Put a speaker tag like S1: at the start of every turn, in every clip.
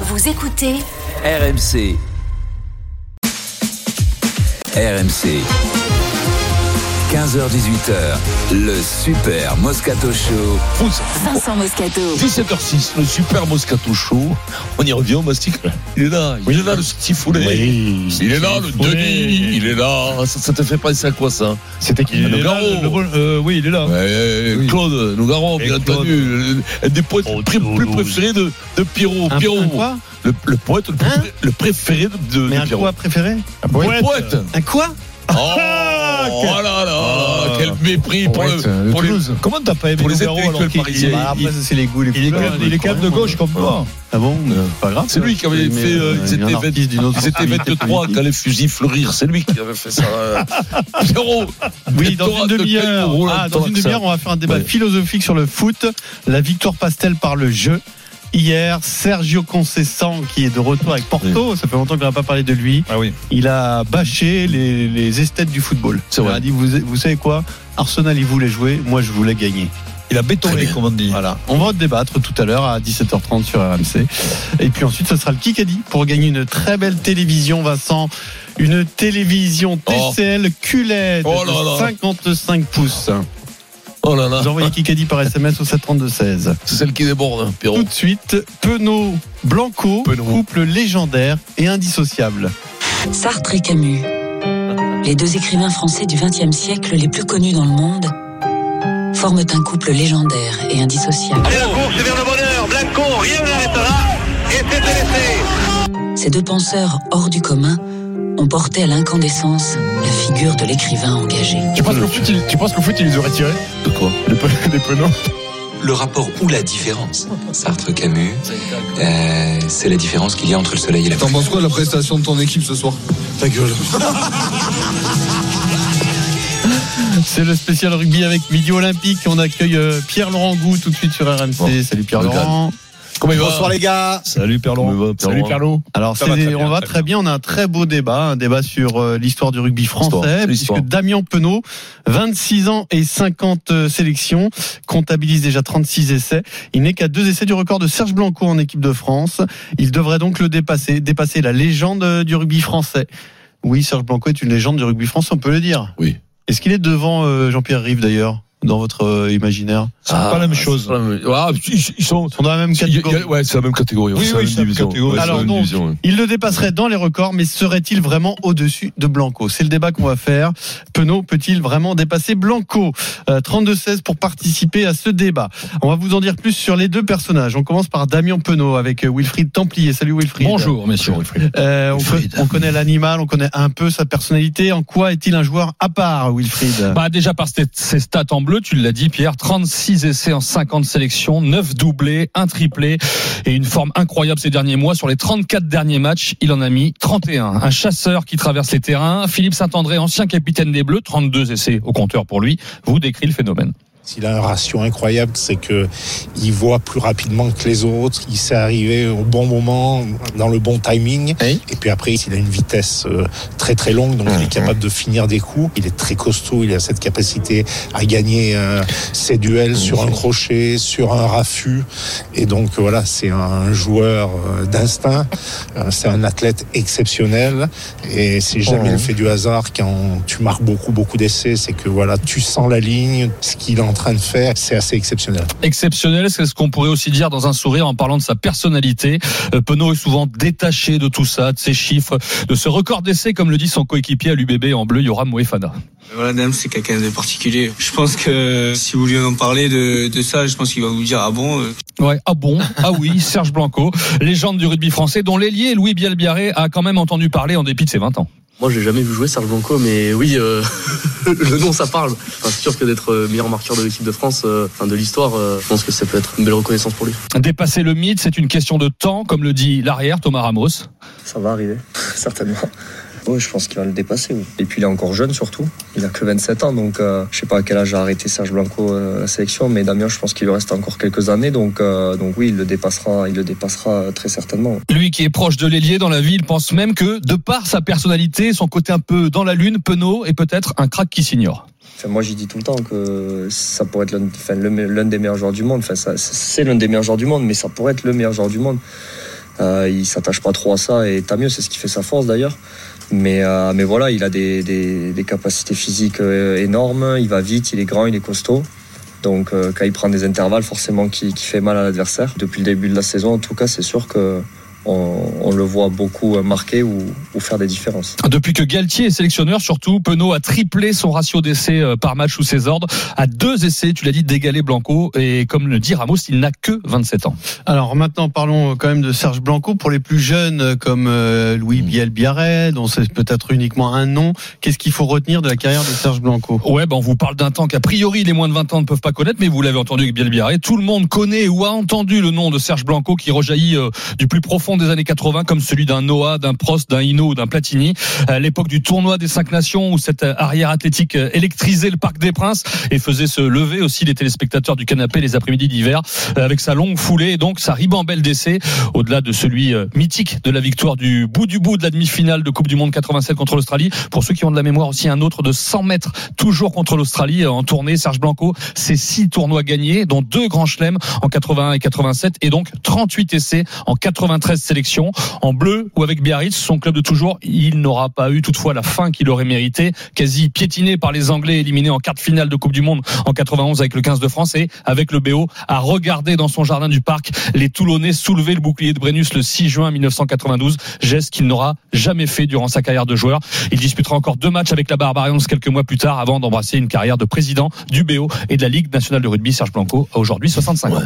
S1: Vous écoutez
S2: RMC. RMC. 15h-18h, le Super Moscato Show.
S1: Vincent Moscato.
S3: 17h06, le super Moscato Show. On y revient au Mastic. Il est là, il est là le Stifoulet.
S4: Oui.
S3: Il est là le
S4: Oui.
S3: Denis, il est là. Ah, Ça, ça te fait penser à quoi ça
S4: C'était qui
S3: Il est là,
S4: Nougaro.
S3: le
S4: Euh, Oui, il est là.
S3: Eh,
S4: Oui.
S3: Claude Nougaro,
S4: Et
S3: bien
S4: Claude.
S3: entendu. le- Un des poètes
S4: Oh,
S3: pré- plus
S4: Toulouse.
S3: préférés de, de Pierrot.
S4: Un-
S3: Pierrot.
S4: un quoi
S3: le, le poète le, plus
S4: Hein
S3: pré- le préféré de, de
S4: Mais un
S3: Pierrot.
S4: quoi préféré Un
S3: Le poète.
S4: Un quoi
S3: Oh,
S4: Ah, quel-
S3: oh là là,
S4: Ah.
S3: quel mépris pour,
S5: Poète,
S3: le,
S5: euh,
S3: pour les-
S5: Toulouse.
S4: Comment t'as pas aimé
S3: Pour les
S4: Nougaro alors
S3: intellectuels
S4: qu'il-
S3: parisiens.
S4: il-
S3: Bah,
S4: il-
S5: Ah, Après, c'est les goûts, les
S4: il est quand même- il est quand même de gauche comme toi.
S5: Ah bon Pas grave.
S3: C'est lui qui avait fait. euh, ils étaient vingt- Ils
S5: Ah,
S3: étaient 23 quand les fusils fleurirent. C'est lui qui avait fait ça. euh. Pierrot.
S4: Oui, dans
S3: Torah
S4: une
S3: de
S4: demi-heure.
S3: Caillou, Roland
S4: Ah, dans une
S3: Torah,
S4: demi-heure, on va faire un débat
S3: Ouais.
S4: philosophique sur le foot. La victoire pastel par le jeu. Hier, Sergio Concessant, qui est de retour avec Porto, ça fait longtemps qu'on n'a pas parlé de lui.
S3: Ah oui.
S4: Il a bâché les, les esthètes du football.
S3: C'est vrai.
S4: Il a dit, vous, vous savez quoi Arsenal, il voulait jouer, moi je voulais gagner.
S3: Il a bétonné,
S4: comme on dit. Voilà. On va en débattre tout à l'heure à 17h30 sur RMC. Et puis ensuite, ce sera le Kikadi pour gagner une très belle télévision, Vincent. Une télévision
S3: Oh.
S4: TCL QLED
S3: Oh là là.
S4: de 55 E pouces.
S3: Oh là là.
S4: Vous envoyez Kikadi par SMS au 732-16.
S3: C'est celle qui déborde, hein, Pierrot.
S4: Tout de suite, Penaud Blanco,
S3: Penaud.
S4: couple légendaire et indissociable.
S6: Sartre et Camus, les deux écrivains français du XXe siècle les plus connus dans le monde, forment un couple légendaire et indissociable. Ces deux penseurs hors du commun ont porté à l'incandescence la figure de l'écrivain engagé.
S5: Tu penses qu'au foot, ils- tu penses qu'au foot, ils les auraient tirés
S3: De quoi
S5: les pe- Des penaux
S7: le rapport ou la différence. Sartre Camus, euh, c'est la différence qu'il y a entre le soleil et la
S8: T'en penses quoi de la prestation de ton équipe ce soir Ta gueule.
S4: C'est le spécial rugby avec Midi Olympique. On accueille euh, Pierre-Laurent Gou tout de suite sur RMC.
S3: Bon.
S4: Salut Pierre-Laurent.
S3: Comment il va
S8: les gars.
S3: Salut Pierrot.
S5: Salut Perlo.
S4: Alors,
S3: Ça
S4: c'est
S3: va
S4: des-
S3: très bien,
S4: on va
S3: très
S4: très bien. On a un très beau débat, un débat sur euh, l'histoire du rugby français,
S3: L'histoire,
S4: puisque
S3: l'histoire.
S4: Damien Penaud, 26 ans et 50 euh, sélections, comptabilise déjà 36 essais. Il n'est qu'à deux essais du record de Serge Blanco en équipe de France. Il devrait donc le dépasser, dépasser la légende euh, du rugby français. Oui, Serge Blanco est une légende du rugby français, on peut le dire.
S3: Oui.
S4: Est-ce qu'il est devant euh, Jean-Pierre Rive d'ailleurs, dans votre euh, imaginaire
S3: C'est pas la même chose. Ah, ils, ils sont.
S4: Ils sont dans la même
S3: il y a- il y
S4: catégorie.
S3: a- ouais, c'est la même catégorie. hein.
S4: Oui,
S3: c'est la
S4: oui,
S3: même
S4: c'est la même
S3: division.
S4: catégorie.
S3: Ouais, c'est la
S4: Alors
S3: même
S4: donc,
S3: division, ouais.
S4: Il le dépasserait dans les records, mais serait-il vraiment au-dessus de Blanco C'est le débat qu'on va faire. Penaud peut-il vraiment dépasser Blanco Euh, 32-16 pour participer à ce débat. On va vous en dire plus sur les deux personnages. On commence par Damien Penaud avec euh, Wilfried Templier. Salut Wilfried.
S5: Bonjour, messieurs.
S4: Euh, on,
S3: Wilfried.
S4: co- on connaît l'animal, on connaît un peu sa personnalité. En quoi est-il un joueur à part, Wilfried
S5: Bah déjà par ces- ces stats en bleu, tu l'as dit Pierre, 36 essais en 50 sélections, 9 doublés, 1 triplé et une forme incroyable ces derniers mois. Sur les 34 derniers matchs, il en a mis 31. Un chasseur qui traverse les terrains, Philippe Saint-André, ancien capitaine des Bleus, 32 essais au compteur pour lui, vous décrit le phénomène.
S9: Il a un ratio incroyable, c'est que il voit plus rapidement que les autres, il sait arriver au bon moment, dans le bon timing.
S3: Oui.
S9: Et puis après, il a une vitesse euh, très très longue, donc il est capable de finir des coups. Il est très costaud, il a cette capacité à gagner euh, ses duels sur un crochet, sur un raffut. Et donc euh, voilà, c'est un joueur euh, d'instinct, Euh, c'est un athlète exceptionnel. Et c'est jamais le fait du hasard quand tu marques beaucoup, beaucoup d'essais. C'est que voilà, tu sens la ligne, ce qu'il est en train de faire, c'est assez exceptionnel.
S5: exceptionnel. C'est ce qu'on pourrait aussi dire dans un sourire en parlant de sa personnalité. Euh, Penaud est souvent détaché de tout ça, de ses chiffres, de ce record d'essai, comme le dit son coéquipier à l'UBB en bleu, Yoram Moefana.
S10: Voilà, Dame, c'est quelqu'un de particulier. Je pense que si vous lui en parlez de, de ça, je pense qu'il va vous dire ah bon. euh,
S5: Ouais, ah bon, ah oui, Serge Blanco, légende du rugby français, dont l'ailier Louis Bielbiaré a quand même entendu parler en dépit de ses 20 ans.
S11: Moi, j'ai jamais vu jouer Serge Blanco, mais oui, euh, le nom, ça parle. Enfin, c'est sûr que d'être euh, meilleur marqueur de l'équipe de France, euh, enfin, de l'histoire, euh, je pense que ça peut être une belle reconnaissance pour lui.
S5: Dépasser le mythe, c'est une question de temps, comme le dit l'arrière Thomas Ramos.
S11: Ça va arriver, certainement. Oui, je pense qu'il va le dépasser. Et puis il est encore jeune surtout. Il a que 27 ans, donc euh, je sais pas à quel âge a arrêté Serge Blanco euh, la sélection, mais Damien, je pense qu'il lui reste encore quelques années, donc euh, donc oui, il le dépassera, il le dépassera euh, très certainement.
S5: Lui qui est proche de l'ailier dans la vie, il pense même que, de par sa personnalité, son côté un peu dans la lune, Penaud est peut-être un crack qui s'ignore.
S11: Enfin, moi, j'y dis tout le temps que ça pourrait être l'un enfin, le me- l'un des meilleurs joueurs du monde. Enfin, ça- c'est l'un des meilleurs joueurs du monde, mais ça pourrait être le meilleur joueur du monde. Euh, il s'attache pas trop à ça et tant mieux, c'est ce qui fait sa force d'ailleurs. Mais, euh, mais voilà, il a des, des- des capacités physiques euh, énormes, il va vite, il est grand, il est costaud. Donc euh, quand il prend des intervalles, forcément qui, qui fait mal à l'adversaire. Depuis le début de la saison, en tout cas, c'est sûr que on, on le voit beaucoup euh, marquer ou, ou faire des différences.
S5: Depuis que Galtier est sélectionneur, surtout, Penaud a triplé son ratio d'essais euh, par match sous ses ordres à deux essais, tu l'as dit, d'égaler Blanco. Et comme le dit Ramos, il n'a que 27 ans.
S4: Alors maintenant parlons quand même de Serge Blanco pour les plus jeunes euh, comme euh, Louis Biel Biarret dont c'est peut-être uniquement un nom. Qu'est-ce qu'il faut retenir de la carrière de Serge Blanco
S5: Ouais, ben on vous parle d'un temps qu'a priori les moins de 20 ans ne peuvent pas connaître, mais vous l'avez entendu avec Biel Biarré. Tout le monde connaît ou a entendu le nom de Serge Blanco qui rejaillit euh, du plus profond des années 80 comme celui d'un Noah, d'un Prost, d'un Hino ou d'un Platini. À l'époque du tournoi des cinq nations où cette euh, arrière athlétique euh, électrisait le Parc des Princes et faisait se lever aussi les téléspectateurs du canapé les après-midi d'hiver euh, avec sa longue foulée et donc sa ribambelle d'essai au-delà de celui euh, mythique de la victoire du bout du bout de la demi-finale de Coupe du Monde 87 contre l'Australie. Pour ceux qui ont de la mémoire aussi un autre de 100 mètres toujours contre l'Australie euh, en tournée Serge Blanco, c'est six tournois gagnés dont deux grands chelems en 81 et 87 et donc 38 essais en 93 sélections en bleu ou avec Biarritz, son club de toujours, il n'aura pas eu toutefois la fin qu'il aurait méritée, quasi piétiné par les Anglais éliminés en quart de finale de Coupe du Monde en 91 avec le 15 de France et avec le BO à regarder dans son jardin du parc les Toulonnais soulever le bouclier de Brennus le 6 juin 1992, geste qu'il n'aura jamais fait durant sa carrière de joueur. Il disputera encore deux matchs avec la Barbarians quelques mois plus tard avant d'embrasser une carrière de président du BO et de la Ligue nationale de rugby. Serge Blanco a aujourd'hui 65 ans.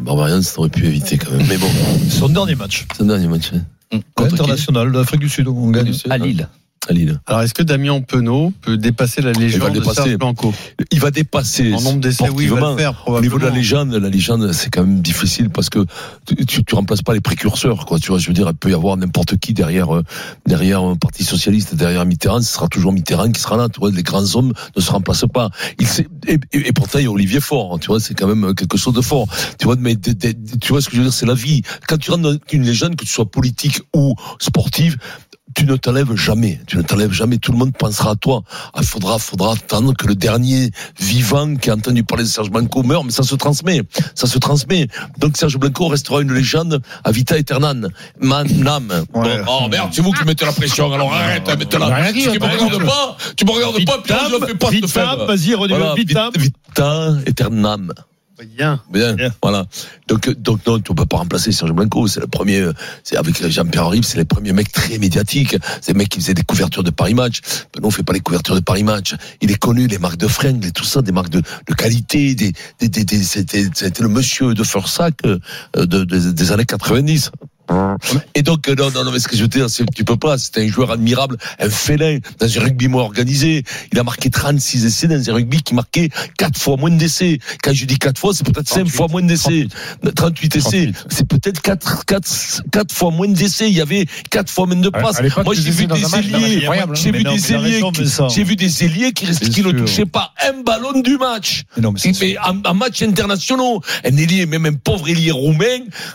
S12: Barbarian, ça aurait pu éviter quand même. Mais bon.
S13: Son dernier match.
S12: Son dernier match. hein. Contre
S13: International d'Afrique du Sud, on gagne.
S12: À Lille. À Lille.
S4: Alors est-ce que Damien Penaud peut dépasser la légende
S12: le
S4: de Serge Blanco
S12: Il va dépasser.
S4: En nombre d'essais, oui, il va
S12: sportivement.
S4: le faire
S12: Au niveau de la
S4: probablement.
S12: légende, la légende, c'est quand même difficile parce que tu, tu, tu remplaces pas les précurseurs, quoi. Tu vois, je veux dire, il peut y avoir n'importe qui derrière, euh, derrière un parti socialiste, derrière Mitterrand, ce sera toujours Mitterrand qui sera là. Tu vois, les grands hommes ne se remplacent pas. Il sait- et, et- et pourtant, il y a Olivier Faure. hein, tu vois, c'est quand même euh, quelque chose de fort. Tu vois, mais des- des- des- tu vois ce que je veux dire, c'est la vie. Quand tu rentres dans une légende, que tu sois politique ou sportive, tu ne t'enlèves jamais, tu ne t'enlèves jamais. Tout le monde pensera à toi. Il faudra, faudra attendre que le dernier vivant qui a entendu parler de Serge Blanco meure, mais ça se transmet, ça se transmet. Donc Serge Blanco restera une légende à vita aeternam, manam. oh merde, c'est vous qui mettez la pression. Alors arrête, mettez-la.
S13: Bah, Rien dit,
S12: tu me
S13: t'as
S12: regardes
S13: raison.
S12: pas, tu me regardes pas, puis je ne fais pas te
S13: Vitam,
S12: faire.
S13: vas-y, redis-le,
S12: vita,
S13: Vitam.
S12: vita aeternam.
S4: Bien.
S12: Bien, voilà. Donc, euh, donc non, tu peux pas remplacer Serge Blanco. C'est le premier, euh, c'est avec Jean-Pierre Rive, c'est les premiers mecs très médiatiques. C'est les mecs qui faisaient des couvertures de Paris Match. Ben non, on fait pas les couvertures de Paris Match. Il est connu, les marques de fringues, et tout ça, des marques de, de qualité, des, des, des, des- c'était, c'était le monsieur de Fursac euh, euh, de- des- des années 90. Et donc, euh, non, non, non, mais ce que je veux dire, c'est que tu peux pas. C'était un joueur admirable, un félin, dans un rugby moins organisé. Il a marqué 36 essais dans un rugby qui marquait 4 fois moins d'essais. Quand je dis 4 fois, c'est peut-être 5 fois moins d'essais. 38, essais. C'est peut-être 4, 4, 4 fois moins d'essais. Il y avait 4 fois moins de
S13: À- à
S12: passes.
S13: l'époque,
S12: Moi,
S13: les
S12: j'ai
S13: essais
S12: vu
S13: dans
S12: des
S13: un match, c'est
S12: ailiers.
S13: incroyable, hein.
S12: J'ai
S13: Mais
S12: vu
S13: non,
S12: des
S13: mais il a
S12: ailiers
S13: raison,
S12: qui-
S13: Vincent.
S12: j'ai vu des ailiers qui rest- qui ne touchaient pas un ballon du match. Mais en, en match international, un ailier, même un pauvre ailier roumain.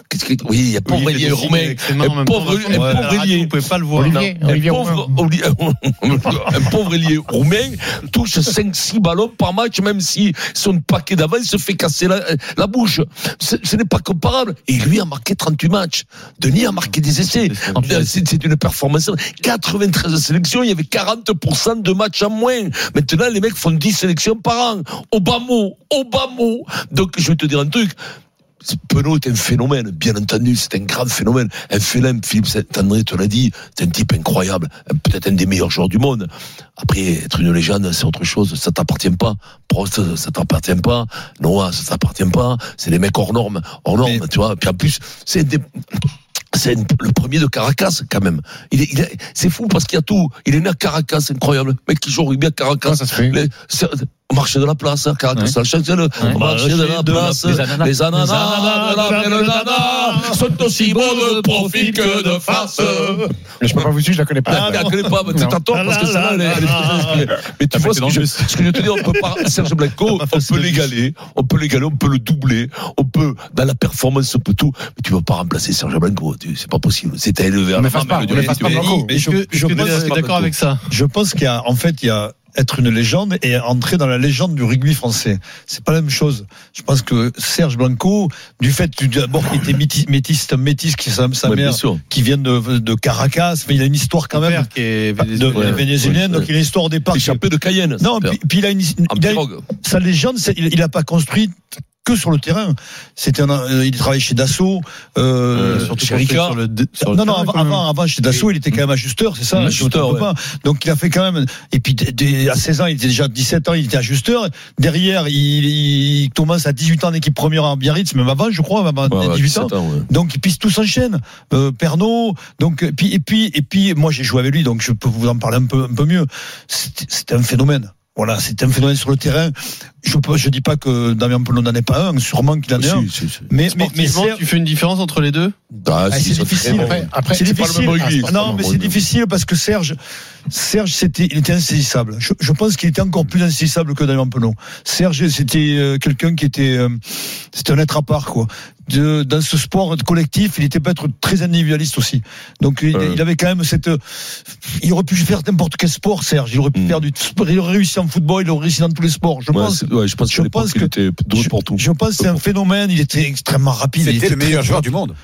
S12: qu'est-ce que- Oui, il y a pauvre
S4: Olivier
S12: ailier
S4: Dessine
S12: roumain.
S4: avec ses mains en
S12: Un
S4: même temps,
S12: pauvre
S4: raconte. Ouais, à
S12: un
S4: la
S12: pauvre
S4: radio,
S12: ailier.
S4: vous pouvez pas le voir.
S12: Non.
S4: Olivier,
S12: Un
S4: Olivier
S12: pauvre Oli- un pauvre ailier roumain touche 5-6 ballons par match, même si son paquet d'avant il se fait casser la, la bouche. Ce ce n'est pas comparable. Et lui a marqué 38 matchs. Denis a marqué des essais. C'est c'est une performance. 93 sélections, il y avait 40% de matchs en moins. Maintenant, les mecs font 10 sélections par an. Au bas mot, au bas mot. Donc, je vais te dire un truc. Penaud est un phénomène, bien entendu, c'est un grand phénomène. Un phénomène, Philippe Saint-André te l'a dit, c'est un type incroyable, peut-être un des meilleurs joueurs du monde. Après, être une légende, c'est autre chose, ça t'appartient pas. Prost, ça t'appartient pas. Noah, ça t'appartient pas. C'est des mecs hors normes, hors normes, tu vois. Puis en plus, c'est des- c'est une- le premier de Caracas quand même. Il est- il est- c'est fou parce qu'il y a tout. Il est né à Caracas, c'est incroyable. Le mec qui joue au rugby à Caracas. Les- c'est- au marché de la place, à Caracas,
S13: Ouais.
S12: ça change, c'est le
S13: Ouais.
S12: marché de la
S13: De la-
S12: place.
S13: les ananas.
S12: Les ananas,
S13: Les ananas,
S12: de la
S13: de la-
S12: belle nana, sont aussi beaux de profil que de face.
S14: Mais je peux pas vous suivre, je la connais pas. Ah
S12: Ah, tu la connais pas, mais t'as tort parce que celle-là, elle est- elle est plus facile. Mais tu vois ce que, je, ce que je te dis, on peut pas, Serge Blanco, on peut l'égaler, on peut l'égaler, on peut le doubler, on peut, dans la performance, on peut tout. Mais tu vas pas remplacer Serge Blanco, tu- c'est pas possible. C'était élevé à
S13: On
S12: la
S13: efface
S12: fin, eh, mais
S13: pas,
S12: le
S13: on efface
S12: tu
S13: pas
S12: vois.
S13: Blanco.
S12: Mais je- je pense-
S13: Je pense qu'il y a, en fait, il y a
S14: être une légende et entrer dans la légende du rugby français. C'est pas la même chose. Je pense que Serge Blanco, du fait du- d'abord qu'il était métis, métis, c'est un métis qui sa, sa
S12: Ouais, bien
S14: mère,
S12: sûr.
S14: qui vient de, de Caracas, mais il a une histoire quand même de-
S12: Ouais,
S14: vénézuélienne,
S12: ouais.
S14: donc il a une histoire au départ.
S12: Échappé de Cayenne.
S14: Non,
S12: c'est
S14: puis,
S12: clair.
S14: puis il a une,
S12: En
S14: il a-
S12: pirogue.
S14: sa légende, c'est- il n'a pas construit que sur le terrain. C'était un, euh, il travaillait chez Dassault, euh,
S4: Il a surtout
S14: chez
S4: construit
S14: Ricard.
S4: sur le dé- sur le
S14: non, non,
S4: terrain,
S14: avant,
S4: quand même.
S14: avant, avant, chez Dassault, il était quand même ajusteur, c'est ça
S4: Mm,
S14: je me trompe
S4: ajusteur, ouais.
S14: pas. Donc il a fait quand même. Et puis dès- dès- à 16 ans, il était déjà 17 ans, il était ajusteur. Derrière, il, il commence à 18 ans en équipe première à Biarritz, même avant, je crois, avant
S12: Ouais, ouais,
S14: 18 ans.
S12: 17 ans, ouais.
S14: Donc et puis tout s'enchaîne. Euh, Pernod, donc et puis et puis et puis moi j'ai joué avec lui, donc je peux vous en parler un peu un peu mieux. C'était c'était un phénomène. Voilà, c'était un phénomène sur le terrain. Je peux, je dis pas que Damien Penaud n'en est pas un, sûrement qu'il en est
S4: Si,
S14: un.
S4: si, si.
S14: Mais mais, mais
S4: Sportivement,
S14: c'est-
S4: tu fais une différence entre les deux
S12: Bah,
S14: ah, c'est difficile. Ah, c'est difficile.
S12: Ah,
S14: non, mais c'est difficile parce que Serge, Serge, c'était, il était insaisissable. Je, je pense qu'il était encore plus insaisissable que Damien Penaud. Serge, c'était euh, quelqu'un qui était, euh, c'était un être à part, quoi. De, dans ce sport collectif, il était peut-être très individualiste aussi. Donc, il, il avait quand même cette, euh, il aurait pu faire n'importe quel sport, Serge. Il aurait pu faire du, il aurait réussi en football, il aurait réussi dans tous les sports. Je
S12: Mm. Ouais,
S14: pense.
S12: c'est- ouais, je pense qu'à l'époque, il était doué
S14: je-
S12: pour tout.
S14: Je pense que c'est un phénomène. Il était extrêmement rapide. il
S12: C'était
S14: était
S12: le meilleur
S14: très-
S12: joueur du monde.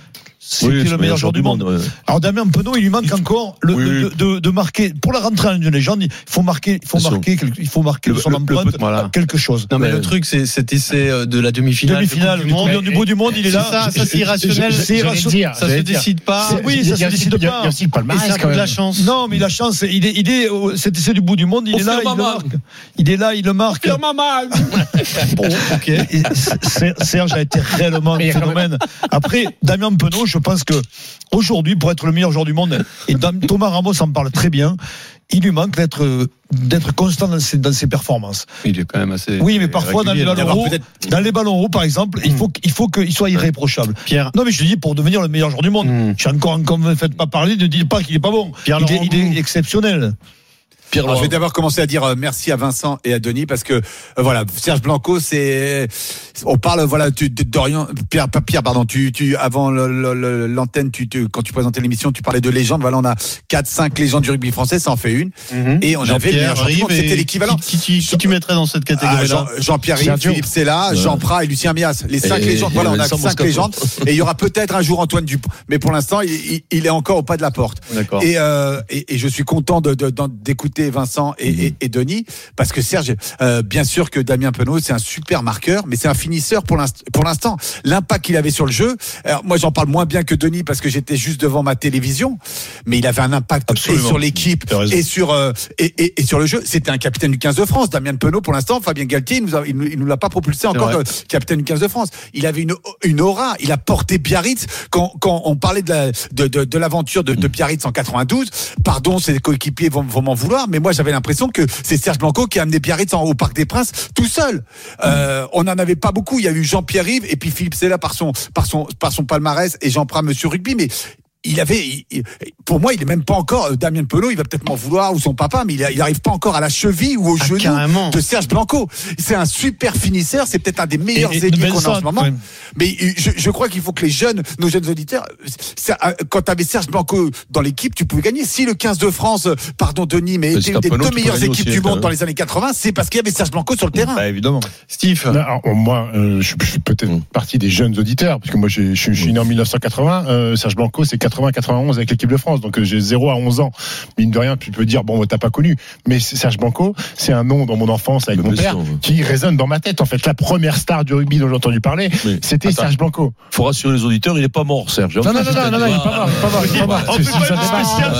S14: C'était
S12: Oui, c'est
S14: le meilleur joueur du monde.
S12: ouais.
S14: Alors Damien Penaud, il lui manque encore le, de, de- de marquer pour la rentrée en une légende. Il faut marquer, il faut
S4: Bien sûr.
S14: marquer, quelque- il faut marquer
S4: Le-
S14: son
S4: le- le-
S14: empreinte,
S4: voilà.
S14: quelque chose.
S4: Non mais
S14: Ouais.
S4: le truc c'est cet essai euh, de la demi-finale.
S14: Demi-finale,
S4: de Coupe du
S14: du
S4: Monde.
S14: monde, du bout du monde, il est
S4: C'est
S14: là.
S4: Ça, ça,
S14: Je-
S4: c'est irrationnel.
S14: je- je-
S4: C'est
S14: j'allais
S4: irrationnel.
S14: dire,
S4: Ça se
S14: j'allais dire.
S4: décide pas.
S14: C'est- Oui, ça se décide pas.
S4: Et ça, de la chance.
S14: Non, mais la chance, il est, il est, au- c'est c'est du bout du monde, il
S12: Au
S14: est là, il le
S12: firmament.
S14: marque. Il est là, il le marque. Bon, ok. Et c'est- Serge a été réellement un phénomène. Après, Damien Penaud, je pense que aujourd'hui, pour être le meilleur joueur du monde, et Dam- Thomas Ramos en parle très bien, il lui manque d'être euh, d'être constant dans ses, dans ses performances.
S4: Il est quand même assez.
S14: Oui, mais parfois dans les
S4: régulier,
S14: ballons
S4: d'avoir
S14: hauts, dans les ballons hauts, par exemple, il faut qu'il faut qu'il soit irréprochable.
S4: Pierre.
S14: Non, mais je dis pour devenir le meilleur joueur du monde.
S15: Hmm.
S14: Je suis encore encore ne me faites pas parler, ne dites pas qu'il est pas bon.
S4: Pierre
S14: il, est,
S4: Laurent
S14: il est exceptionnel.
S13: Ah,
S15: Alors, Ah, je vais d'abord commencer à dire euh, merci à Vincent et à Denis parce que euh, voilà Serge Blanco c'est on parle voilà tu tu- Dorian Pierre pas Pierre pardon tu tu avant le- le- le- l'antenne tu, tu- quand tu présentais l'émission tu parlais de légendes voilà on a 4 5 légendes du rugby français ça en fait une et on avait le
S4: Mhm. Jean-Pierre
S15: meilleur champion du
S4: Rive
S15: monde, c'était
S4: et
S15: l'équivalent
S4: Qui, qui, qui tu mettrais dans cette
S15: ah,
S4: catégorie-là
S15: Jean- Jean-Pierre
S4: C'est un
S15: Rive,
S4: duo.
S15: Philippe Sella,
S4: Ouais.
S15: Jean Prat et Lucien Mias. Les cinq
S4: Et-
S15: légendes.
S4: et
S15: Voilà, on a
S4: Vincent
S15: cinq
S4: Moscato.
S15: légendes. Et il y aura peut-être un jour Antoine Dupont. Mais pour l'instant, il, il- il est encore au pas de la porte.
S4: D'accord.
S15: Et, euh, et, et je suis content de- de- d'en- d'écouter Vincent
S4: Mhm.
S15: et, et- et Denis. Parce que Serge, euh, bien sûr que Damien Penaud, c'est un super marqueur, mais c'est un finisseur pour l'inst- pour l'instant. L'impact qu'il avait sur le jeu. Alors, moi, j'en parle moins bien que Denis parce que j'étais juste devant ma télévision. Mais il avait un impact et
S14: Absolument.
S15: sur l'équipe
S14: T'as raison.
S15: et sur euh, et, et- et sur le jeu. C'était un capitaine du 15 de France, Damien Penaud. Pour l'instant, Fabien Galtier, il nous a- il nous, il nous l'a pas propulsé encore
S4: vrai.
S15: euh, capitaine du 15 de France. Il avait une une aura. Il a porté Biarritz quand quand on parlait de la, de, de, de l'aventure de, de
S14: Mm.
S15: Biarritz en 92. Pardon, ses coéquipiers vont, vont m'en vouloir, mais moi j'avais l'impression que c'est Serge Blanco qui a amené Biarritz en- au Parc des Princes tout seul. Euh, on n'en avait pas beaucoup. Il y a eu Jean-Pierre Rive et puis Philippe Sella par son par son par son palmarès et Jean Prat Monsieur Rugby, mais il avait, il- il- pour moi, il est même pas encore euh, Damien Pelot. Il va peut-être m'en vouloir ou son papa, mais il, a- il arrive pas encore à la cheville ou au
S14: Ah,
S15: genou de Serge Blanco. C'est un super finisseur. C'est peut-être un des meilleurs
S14: et
S15: ailiers qu'on a en
S14: Benson,
S15: ce moment.
S14: quand même.
S15: Mais euh, je, je crois qu'il faut que les jeunes, nos jeunes auditeurs, euh, ça, euh, quand t'avais Serge Blanco euh, dans l'équipe, tu pouvais gagner. Si le 15 de France, euh, pardon Denis, mais
S12: Mais
S15: était
S12: c'est
S15: une
S12: un
S15: des
S12: Bah, Penaud,
S15: deux
S12: tu peux
S15: meilleures
S12: gagner
S15: équipes
S12: aussi,
S15: du monde
S12: euh,
S15: dans les années 80, c'est parce qu'il y avait Serge Blanco
S12: Bah,
S15: sur le terrain.
S14: évidemment.
S4: Steve.
S13: Ah. moi, euh, je, je suis peut-être partie des jeunes auditeurs, parce que moi, j'ai- je, suis- je suis né en 1980. euh, Serge Blanco, c'est 80-91 avec l'équipe de France. Donc, euh, j'ai 0 à 11 ans. Mine de rien, tu peux dire, bon, t'as pas connu. Mais c'est- Serge Blanco, c'est un nom dans mon enfance avec
S12: Mais
S13: mon
S12: bien
S13: père
S12: sûr, ouais.
S13: qui résonne dans ma tête. En fait, la première star du rugby dont j'ai entendu parler,
S12: Mais,
S13: c'était
S12: attends.
S13: Serge Blanco.
S12: Faut rassurer les auditeurs, il n'est pas mort, Serge.
S13: Non, non, non, non, non, non, il est pas mort, il est pas mort, il est pas mort.
S12: On
S13: C'est- c'est- c'est-
S12: spécial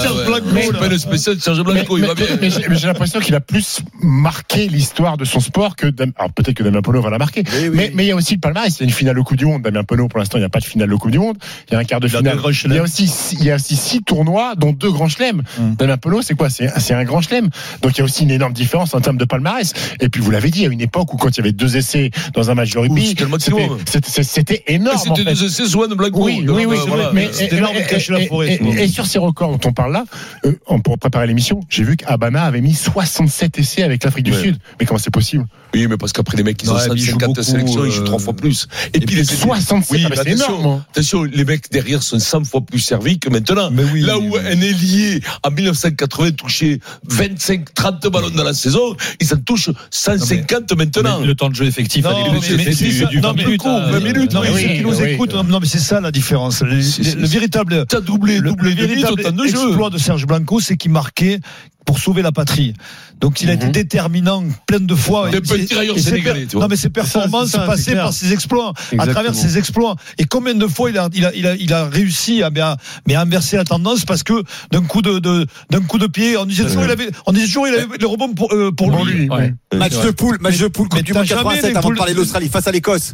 S12: Serge Blanco. On fait pas le spécial de Serge Blanco, il
S13: mais,
S12: va bien.
S13: mais- mais j'ai- mais j'ai l'impression qu'il a plus marqué l'histoire de son sport que Dam- alors peut-être que Damien Penaud va la marquer. Mais mais il y a aussi le palmarès. Il y a une finale au Coupe du Monde. Damien Penaud, pour l'instant, il n'y a pas de finale au Coupe du Monde. Il y a un quart de
S14: Il a
S13: finale.
S14: deux grands
S13: Il y a
S14: chelems.
S13: aussi il y a aussi six tournois, dont deux grands chelems.
S12: Hum.
S13: Damien Penaud, c'est quoi C'est c'est un grand chelem. Donc il y a aussi une énorme différence en termes de palmarès. Et puis vous l'avez dit, à une époque où quand il y avait deux essais dans un match de
S12: Ouh,
S13: rugby,
S12: c'était le maximum.
S13: c'était- c'était c'était
S12: Mais
S13: énorme. en
S12: C'était
S13: fait.
S12: des essais Swan Blanco.
S13: Oui, oui, oui, mais et- et- et- et- Et sur ces records dont on parle là, euh, en- pour préparer l'émission, j'ai vu qu'Abana avait mis 67 essais avec l'Afrique du
S12: Ouais.
S13: Sud. Mais comment c'est possible
S12: Oui, mais parce qu'après les mecs, ils ont
S13: Ouais, mais ils jouent
S12: 54
S13: beaucoup,
S12: sélections, ils jouent
S13: euh,
S12: 3 fois plus. Et,
S13: puis 67, ah bah,
S12: Oui,
S13: c'est
S12: mais attention,
S13: énorme, hein.
S12: Attention, les mecs derrière sont 100 fois plus servi que maintenant. Là où un ailier en 1980 touchait 25, 30 ballons dans la saison, il s'en touche 150 maintenant.
S5: Le temps de jeu effectif,
S14: Non, mais c'est ça. Non, mais court,
S12: Ah,
S14: 20 minutes. Non, mais ceux qui nous écoutent, non, mais c'est ça la différence. Le-
S12: c'est-
S14: Le véritable.
S12: T'as doublé,
S14: le-
S12: doublé
S14: le
S12: de mise au temps de
S14: véritable
S12: jeu.
S14: exploit de Serge Blanco, c'est qu'il marquait pour sauver la patrie. Donc il a
S12: Mhm.
S14: été déterminant plein de fois.
S12: Des
S14: Et
S12: petits
S14: c'est-
S12: railleurs
S14: et c'est-
S12: sénégalais, tu vois.
S14: Non mais ses
S12: C'est ça, c'est
S14: performances
S12: ça, c'est
S14: passaient
S12: clair.
S14: par ses exploits, à
S12: Exactement.
S14: travers ses exploits. Et combien de fois il a, il a, il a, il a réussi à, mais à- mais à inverser la tendance parce que d'un coup de, de- d'un coup de pied, on disait
S12: Euh.
S14: toujours il avait, on disait toujours il avait le rebond pour, euh, pour lui.
S15: Ouais. Match de poule, match de poule,
S14: Mais
S15: Coupe du
S14: t'as
S15: Monde
S14: jamais
S15: 87
S14: les
S15: avant de
S14: poules-
S15: parler de l'Australie face à l'Écosse.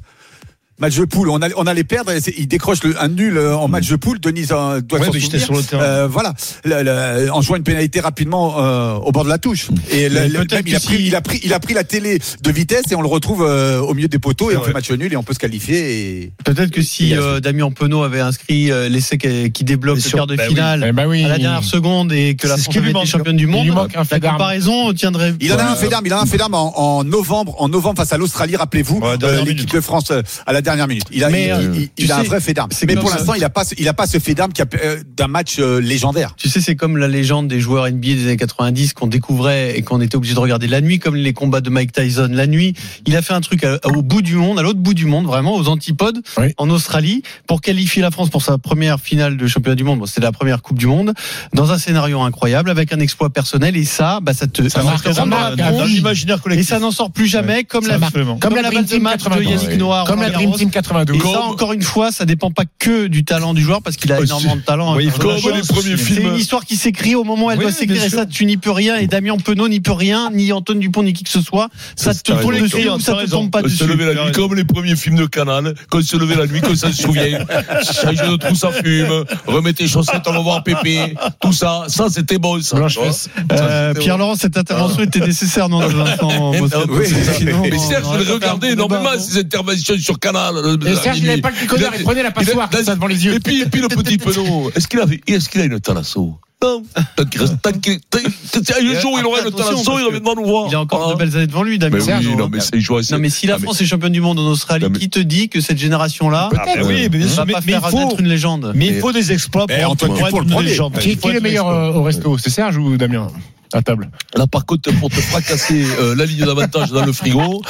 S15: Match de poule, on allait, on allait perdre, et c'est- il décroche le, un nul euh,
S14: Mm.
S15: en match de poule. Denise euh, doit
S14: Ouais,
S15: s'en
S14: mais j'étais
S15: souvenir.
S14: sur le terrain.
S15: Euh, voilà, Le- le- en jouant une pénalité rapidement euh, au bord de la
S14: Mm.
S15: touche. Et le-
S4: Mais
S15: le-
S4: peut-être
S15: même,
S4: que
S15: il, a
S4: si-
S15: pris, il a pris, il a pris la télé de vitesse et on le retrouve euh, au milieu des poteaux et on fait match nul et on peut se qualifier. Et...
S4: Peut-être que si euh, Damien Penaud avait inscrit euh, l'essai qui, qui débloque le
S15: sûr.
S4: quart de
S15: Ben oui.
S4: finale
S15: Eh ben
S13: bah
S15: oui.
S4: à la dernière seconde et que la
S15: C'est ce
S4: France
S15: qui lui
S4: avait été
S15: manque.
S4: championne du
S15: Il
S4: monde,
S15: lui manque un fait
S4: la
S15: d'armes.
S4: comparaison tiendrait.
S15: Il en a
S4: Ouais.
S15: un fait d'armes, il en a un fait d'armes en, en novembre, en novembre face à l'Australie, rappelez-vous, euh, l'équipe de France euh, à la dernière minute. Il a,
S4: Mais,
S15: il-
S4: euh,
S15: il-
S4: tu
S15: il a un
S4: sais,
S15: vrai fait d'armes.
S4: c'est
S15: Mais
S4: comme
S15: pour
S4: ça.
S15: l'instant, il a pas, ce- il a pas ce fait d'armes qui a, euh, d'un match euh, légendaire.
S4: Tu sais, c'est comme là, les gens des joueurs NBA des années 90 qu'on découvrait et qu'on était obligé de regarder la nuit, comme les combats de Mike Tyson la nuit. Il a fait un truc à- au bout du monde, à l'autre bout du monde, vraiment aux antipodes, en Australie, pour qualifier la France pour sa première finale de championnat du monde. Bon, c'était la première Coupe du Monde, dans un scénario incroyable, avec un exploit personnel. Et ça, bah, ça te
S14: Ça marque
S4: restera
S14: dans
S4: dans la
S14: la-
S15: Ah
S14: dans
S4: tronche.
S14: l'imaginaire collectif.
S4: Et ça n'en sort plus jamais,
S14: Ouais,
S4: comme,
S14: ça,
S4: la,
S14: absolument.
S4: comme,
S14: Comme
S4: la,
S14: la
S4: balle
S14: Dream
S4: de
S14: Team
S4: match de
S14: 92,
S4: Yannick
S14: oui.
S4: Noir.
S14: Comme la
S4: Roland
S14: Dream
S4: Garros.
S14: Team 92.
S4: Et
S14: Comme-
S4: ça, encore une fois, ça dépend pas que du talent du joueur, parce qu'il a énormément de talent.
S12: Oui,
S4: encore
S12: comme
S4: une fois.
S12: les premiers
S4: C'est
S12: films.
S4: une histoire qui s'écrit au moment où elle
S12: Oui,
S4: doit
S12: oui,
S4: s'écrire.
S12: bien
S4: Et
S12: sûr.
S4: ça, tu n'y peux rien. Et Damien Penaud n'y peut rien, ni Antoine Dupont, ni qui que ce soit. Ça te
S12: T'as
S4: tombe
S12: raison.
S4: dessus ou ça te tombe pas
S12: On
S4: dessus.
S12: se levait la nuit comme les premiers films de Canal, qu'on se levait la nuit, qu'on s'en souvient. Changer de trou, ça fume. Remettez les chaussettes, on va voir Pépé. Tout ça, ça c'était bon. Ça, tu vois.
S4: Euh, Pierre-Laurent, cette intervention était nécessaire, non, de Vincent Moscato
S12: Ah Oui,
S4: Sinon,
S12: mais Serge,
S4: on
S12: je
S4: aurait pas fait un
S12: le
S4: bon
S12: regardais
S4: débat. hein.
S12: énormément, ses interventions sur Canal.
S4: Et Serge, il avait pas le tricolore, il prenait la passoire,
S12: ça devant les yeux. Et puis, et puis le petit penaud, est-ce qu'il avait- est-ce qu'il a une talasso Non. Tant qu'il reste- tant qu'il- tant- Un jour, il aura une
S4: Attention,
S12: talasso,
S4: parce
S12: il reviendra nous voir. Ah.
S4: Il a encore de belles années devant lui, Damien. hein.
S12: Mais Hein Bah oui, non, mais c'est joué.
S4: Non, mais
S14: Ah,
S4: si la France est championne du monde en Australie, qui te dit que cette génération-là
S14: Peut-être. Ah, bah oui, mais bien sûr,
S4: va
S14: mais-
S4: pas
S14: mais
S4: faire
S14: il faut-
S4: naître une légende
S14: Mais il faut des exploits pour,
S4: Eh, Antoine
S14: pour être
S4: Dupont, le
S14: une
S4: premier.
S14: légende.
S13: Qui, qui est le meilleur euh, au resto C'est Serge ou Damien À table
S12: Là, par contre, pour te fracasser euh, la ligne d'avantage dans le frigo,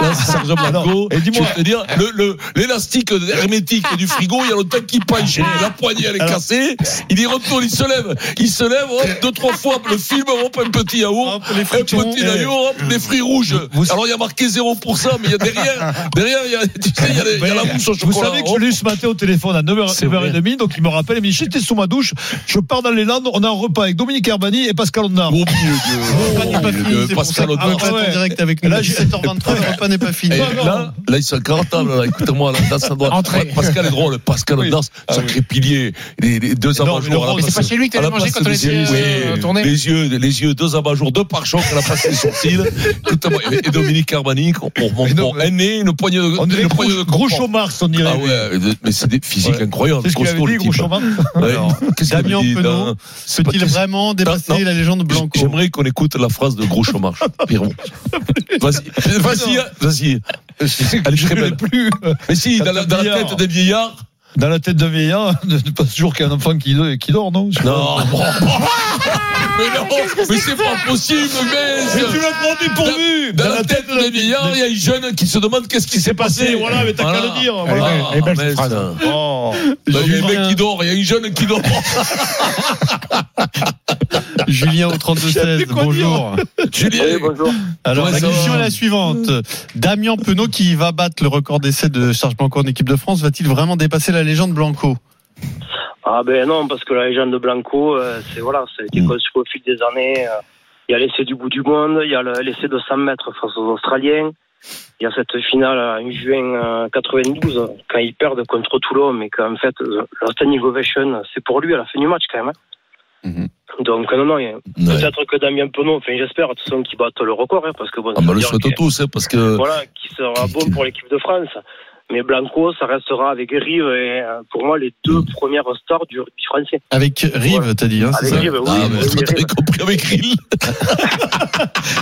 S12: là, c'est Serge Blanco.
S14: Et dis-moi-
S12: je vais te dire, le- le- l'élastique hermétique du frigo, il y a longtemps qu'il penche. La poignée, elle est
S14: Alors-
S12: cassée. Il y retourne, il se lève. Il se lève, hop, deux, trois fois, le film, hop, un petit yaourt, un petit
S14: eh.
S12: yaourt, hop, des fruits rouges. Alors, il y a marqué 0%, mais il y a derrière, derrière, il y a, tu sais, il y a, les- il y a la mousse au
S14: Vous
S12: chocolat.
S14: savez que
S12: Oh.
S14: je l'ai eu ce matin au téléphone à 9h, 9h30, donc il me rappelle, il me dit J'étais sous ma douche, je pars dans les Landes, on a un repas avec Dominique Herbani et Pascal Ondard.
S12: Oh, mon Dieu, Pascal Audin.
S4: On est en Ah, direct avec nous.
S14: Ah, Là,
S4: Là, 17h23, le repas n'est pas fini. Ah,
S12: Eh, là, là, ils sont cartables. là. Écoutez-moi, là, là, ça doit.
S4: Entrée.
S12: Pascal est drôle. Pascal Audas, sacré pilier. Les, les deux abat-jours. à la
S13: mais c'est
S12: place-
S13: pas chez lui que t'allais
S12: à la
S13: manger
S12: place
S13: quand on
S12: des
S13: était,
S12: yeux.
S13: euh,
S12: Oui.
S13: tourné
S12: Les yeux, les yeux, deux abat-jours, deux par choc à la place des sourcils. Écoutez-moi, et- Et Dominique Armani, on remonte pour un nez, une poignée de.
S14: On dirait
S12: une
S14: gros,
S12: poignée de
S14: gros chômard, on dirait.
S12: Ah ouais, mais c'est des physiques
S14: Ouais.
S12: incroyables.
S14: C'est ce qu'il avait
S12: costaud,
S14: dit,
S12: le
S14: gros
S12: type.
S14: chômeur.
S12: Ouais.
S14: Alors,
S12: Qu'est-ce qu'il
S4: Damien
S12: avait dit,
S4: Penaud,
S12: dans-
S4: Peut-il
S12: pas- qu'est-ce-
S4: vraiment dépasser
S12: Non.
S4: la légende Blanco
S12: J'aimerais qu'on écoute la phrase de Gros Chômage. Pierrot. Vas-y, vas-y, hein, vas-y. Elle est très belle.
S14: plus.
S12: Mais si, dans la, dans la tête des vieillards.
S14: Dans la tête d'un vieillard, ne ne passe toujours qu'un enfant qui, qui dort, non Ah, Je sais
S12: Non,
S14: pas.
S12: bon. Mais non, mais c'est pas possible, mais.
S14: Mais tu l'as pris dépourvu.
S12: Dans, dans la tête des vieillards, il y a un jeune qui se demande qu'est-ce qui s'est passé.
S14: voilà, mais t'as qu'à le dire, voilà.
S12: Ah,
S14: Elle est belle, cette
S12: mais
S14: phrase.
S12: ça.
S14: Oh.
S12: Bah, Il y a un mec qui dort, il y a une jeune qui dort.
S4: Julien au 32-16, bonjour.
S12: Julien. bonjour.
S4: Alors,
S12: Ouais,
S4: la
S12: ça
S4: question
S12: va.
S4: est la suivante. Damien Penaud, qui va battre le record d'essai de Serge Blanco en équipe de France, va-t-il vraiment dépasser la légende Blanco
S16: Ah ben non, parce que la légende de Blanco, euh, c'est voilà, ça a été
S12: Mm.
S16: construit au fil des années. euh, Il y a l'essai du bout du monde, il y a le- l'essai de 100 mètres face aux Australiens. Il y a cette finale euh, en juin euh, 92, quand ils perdent contre Toulon, mais qu'en fait, euh, leur standing ovation, c'est pour lui à la fin du match quand même. hein.
S12: Mm-hmm.
S16: Donc, non, non, il y a- peut-être que Damien Penon, enfin j'espère, de toute façon, qu'il batte le record, hein, parce que bon,
S12: Ah, bah,
S16: ça veut
S12: le
S16: dire
S12: souhaite
S16: qu'il-
S12: tous, hein, parce que.
S16: voilà, qui sera bon pour l'équipe de France. Mais Blanco, ça restera avec Rive et euh, pour moi les deux premières stars du rugby français.
S4: Avec Rive, t'as dit, hein, c'est
S16: Avec
S4: ça
S16: Rive, oui.
S4: Ah,
S16: oui,
S4: mais
S16: oui, Rive.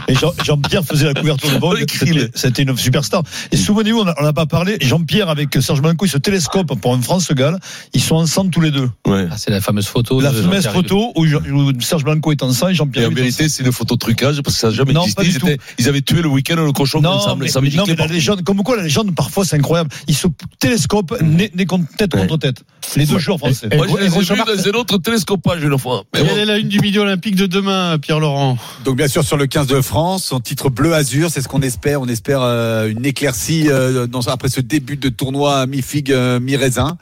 S14: Et Jean- Jean-Pierre faisait la couverture de Vogue. C'était- C'était une superstar. Et souvenez-vous, on n'a pas parlé. Jean-Pierre avec Serge Blanco, ils se télescopent pour un France-Galles. Ils sont ensemble tous les deux.
S5: Ah, c'est la fameuse
S12: Oh,
S5: photo.
S14: La
S5: de
S14: fameuse
S5: Jean-Pierre
S14: photo où, Jean- où Serge Blanco est ensemble et
S12: Et
S14: Jean-Pierre
S12: en
S14: Hugues est
S12: vérité, c'est une photo trucage parce que ça n'a jamais
S14: Non,
S12: existé.
S14: pas du
S12: Ils, étaient- ils avaient tué le week-end le cochon
S14: Non,
S12: ensemble.
S14: mais,
S12: ça me dit
S14: non,
S12: que
S14: mais
S12: les
S14: la
S12: parents-
S14: légende, comme quoi la légende, parfois, c'est incroyable. Ils se télescopent nez, nez contre tête contre tête. Les deux joueurs français.
S12: Moi, je les ai vus dans un autre télescopage une fois. Mais
S4: Quelle est la une du midi olympique de demain, Pierre Laurent
S15: Donc bien sûr sur le 15 de France, son titre bleu azur, c'est ce qu'on espère. On espère euh, une éclaircie euh, dans, après ce début de tournoi à mi-figue, euh, mi-raisin.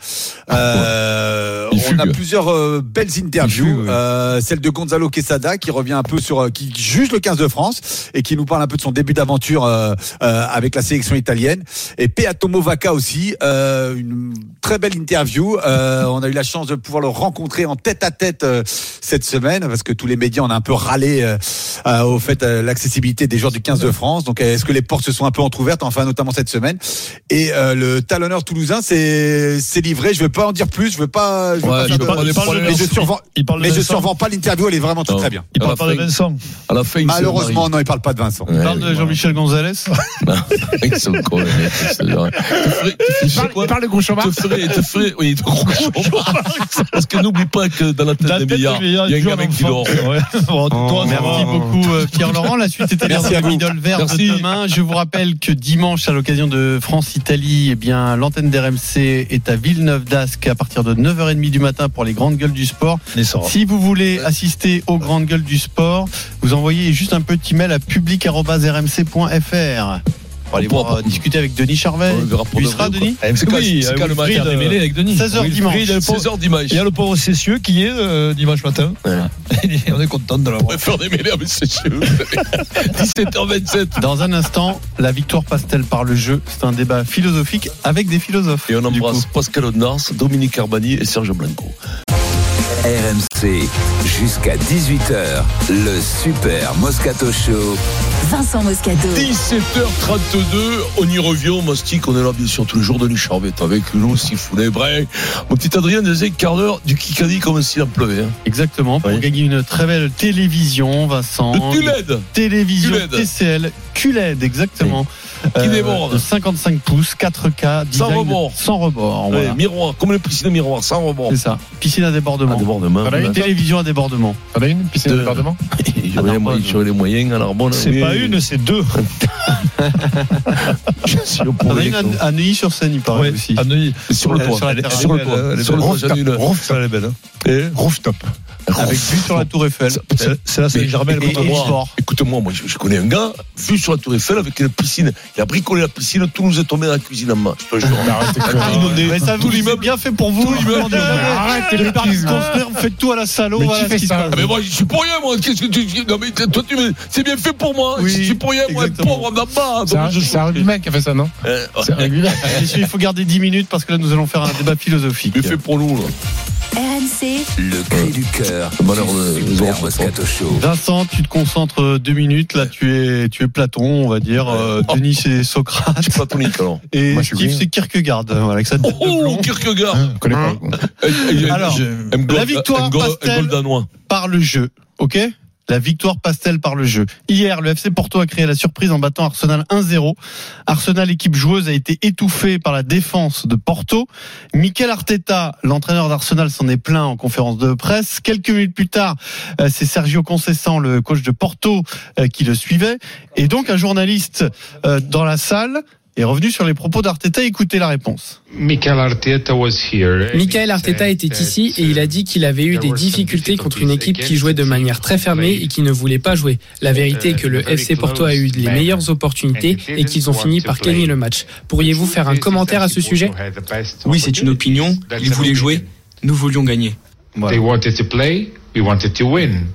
S15: Euh, on a plusieurs euh, belles interviews. Euh, celle de Gonzalo Quesada qui revient un peu sur, euh, qui juge le 15 de France et qui nous parle un peu de son début d'aventure euh, euh, avec la sélection italienne. Et Peatomo Vaca aussi, euh, une très belle interview. Euh, on a eu la chance de pouvoir le rencontrer en tête à tête euh, cette semaine parce que tous les médias on a un peu râlé euh, euh, au fait euh, l'accessibilité des joueurs du 15 de France. Donc euh, est-ce que les portes se sont un peu entrouvertes enfin notamment cette semaine et euh, le talonneur toulousain c'est c'est livré. Je veux pas en dire plus. Je veux pas. Je veux
S12: Ouais,
S15: pas
S12: il
S15: faire
S12: parle- il parle de
S15: mais je
S12: Vincent.
S15: survends.
S12: Il parle de
S15: mais je
S12: Vincent.
S15: survends pas l'interview. Elle est vraiment très,
S12: Non.
S15: très bien.
S12: Il parle
S14: Ah,
S12: À la pas de fin,
S14: Vincent.
S12: À la fin, il se
S15: Malheureusement
S12: marie.
S15: non il parle pas de Vincent.
S12: Ouais,
S4: Parle de
S12: oui,
S4: Jean-Michel Gonzalez
S12: Ils sont cons, les mecs, c'est genre. Tu ferais- tu-
S13: Parle de Grouchon
S12: Te ferais, te ferais, oui, de Grouchon Parce que n'oublie pas que dans la tête d'un milliard, il y a un
S14: toujours
S12: gamin qui
S14: l'enfant.
S12: dort.
S14: Ouais. Bon, toi,
S4: Oh, Merci beaucoup euh, Pierre Laurent. La suite est à
S14: Oh, Merci
S4: l'heure
S14: à
S4: de
S14: vous.
S4: Midol Vert
S14: Merci.
S4: de demain. Je vous rappelle que dimanche, à l'occasion de France-Italie, eh bien, l'antenne d'RMC est à Villeneuve d'Ascq à partir de 9h30 du matin pour les grandes gueules du sport.
S14: Les Sorores.
S4: Si vous voulez assister aux grandes gueules du sport, vous envoyez juste un petit mail à public.rmc.fr. Pour aller voir, euh, discuter avec Denis Charvet. Tu y seras, Denis
S12: Eh, C'est quand-
S14: Oui,
S12: c'est
S14: avec
S12: quand le match
S14: Wilfried,
S12: est démêlé avec Denis
S4: 16h
S14: Wilfried,
S4: dimanche.
S14: le pauvre-
S12: 16h dimanche.
S14: Il y a le pauvre Cessieux qui est euh, dimanche matin. On est content de l'avoir.
S12: On va faire des mêlées avec ses cheveux. 17h27.
S4: Dans un instant, la victoire passe-t-elle par le jeu C'est un débat philosophique avec des philosophes.
S12: Et on embrasse Pascal Onars, Dominique Arbani et Serge Blanco.
S2: RMC jusqu'à 18h, le Super Moscato Show.
S1: Vincent Moscato.
S12: 17h32, on y revient, on mastique, on est là bien sûr tous les jours, Denis Charvet avec nous, s'il faut les vrais. Mon petit Adrien disait quart d'heure du Kikadi comme s'il en pleuvait. hein.
S4: Exactement, pour gagner une très belle télévision, Vincent.
S12: Le QLED.
S4: Télévision
S12: QLED.
S4: TCL QLED, exactement.
S12: Qui déborde.
S4: de 55 pouces, 4K,
S12: Sans
S4: design
S12: rebord.
S4: Sans rebord, voilà.
S12: Ouais, miroir, comme le piscine miroir, sans Ah, rebord.
S4: C'est ça. Piscine à débordement.
S12: À débordement.
S4: Voilà, une télévision à débordement.
S13: T'en as une Piscine de débordement
S12: J'aurais hein. les, moyens- j'aurais les moyens à l'arbonne.
S14: C'est pas une, c'est deux.
S4: On a Ah, une à- Ah, à Neuilly-sur-Seine, il paraît
S14: Ouais,
S4: aussi.
S14: à Neuilly.
S12: Sur le
S4: Euh,
S12: toit.
S4: sur la
S12: Elle est-
S4: terrasse.
S12: Sur le
S4: Elle
S12: toit.
S4: est belle,
S12: Sur le
S4: elle est
S12: toit,
S4: belle.
S12: j'annule.
S14: Ça, elle est belle. hein.
S12: Et-
S13: Rooftop.
S4: Avec vue sur la Tour Eiffel.
S12: C'est-
S14: C'est la
S12: Mais
S14: Saint-Germain, le
S12: écoute-moi,
S14: Contemporain.
S12: Écoute-moi, moi, je, je connais un gars, vu sur la Tour Eiffel avec une piscine. Il a bricolé la piscine, tout nous est tombé dans la cuisine en main. Je te jure.
S13: Arrêtez
S12: Elle a inondé.
S4: Mais ça,
S12: Ah, Tout
S4: vous, c'est
S12: l'immeuble.
S4: bien fait pour vous.
S12: Tout l'immeuble.
S13: Euh, Arrête tes
S4: Les parcs
S13: bêtises, moi.
S4: construire, faites tout à la salaud.
S13: Mais qui
S4: voilà ce
S13: fait
S4: qui se
S13: ça
S4: passe.
S12: Ah, mais moi, je suis pour rien, moi. Qu'est-ce que tu. Non, mais toi, tu. me- C'est bien fait pour moi.
S4: Oui,
S12: je suis pour rien, moi,
S4: exactement.
S12: pauvre, en bas. hein,
S13: C'est
S12: Donc,
S13: un-
S12: je-
S13: C'est un rugbyman qui a fait ça, non
S12: Euh,
S13: C'est un rugbyman.
S4: Messieurs, il faut garder 10 minutes parce que là, nous allons faire un débat philosophique.
S12: Mais fait pour nous, là.
S1: RMC,
S2: Le cri du cœur.
S12: Eh, oh, Le malheur de-
S2: du
S12: des
S2: Super
S12: enfants.
S2: Moscato Show.
S4: Vincent, tu te concentres euh, deux minutes. Là, tu es, tu es Platon, on va dire. euh, Denis, c'est
S12: Je
S4: Socrate.
S12: suis platonique, alors.
S4: Et
S13: Moi, je suis
S4: Steve,
S13: Green.
S4: c'est Kierkegaard. euh, Voilà, avec sa
S12: Oh,
S4: tête de
S12: oh
S4: plomb.
S12: Kierkegaard.
S13: Je connais pas.
S12: Euh, euh,
S4: Alors,
S12: je- un gold-
S4: la victoire
S12: un gold- Un
S4: pastel.
S12: gold danois.
S4: par le jeu. OK La victoire passe-t-elle par le jeu Hier, le FC Porto a créé la surprise en battant Arsenal 1-0. Arsenal, équipe joueuse, a été étouffée par la défense de Porto. Mikel Arteta, l'entraîneur d'Arsenal, s'en est plaint en conférence de presse. Quelques minutes plus tard, euh, c'est Sergio Concessant, le coach de Porto, euh, qui le suivait. Et donc, un journaliste euh, dans la salle est revenu sur les propos d'Arteta. Écoutez la réponse.
S17: Michael Arteta
S18: Michael Arteta était ici et il a dit qu'il avait eu des difficultés contre une équipe qui jouait de manière très fermée et qui ne voulait pas jouer. La vérité est
S17: uh,
S18: que le FC Porto a eu les meilleures opportunités et qu'ils ont fini par gagner le match. Pourriez-vous faire un commentaire à ce sujet
S10: Oui, c'est une opinion. Ils voulaient jouer, nous voulions gagner.
S17: They wanted to play, we wanted to win.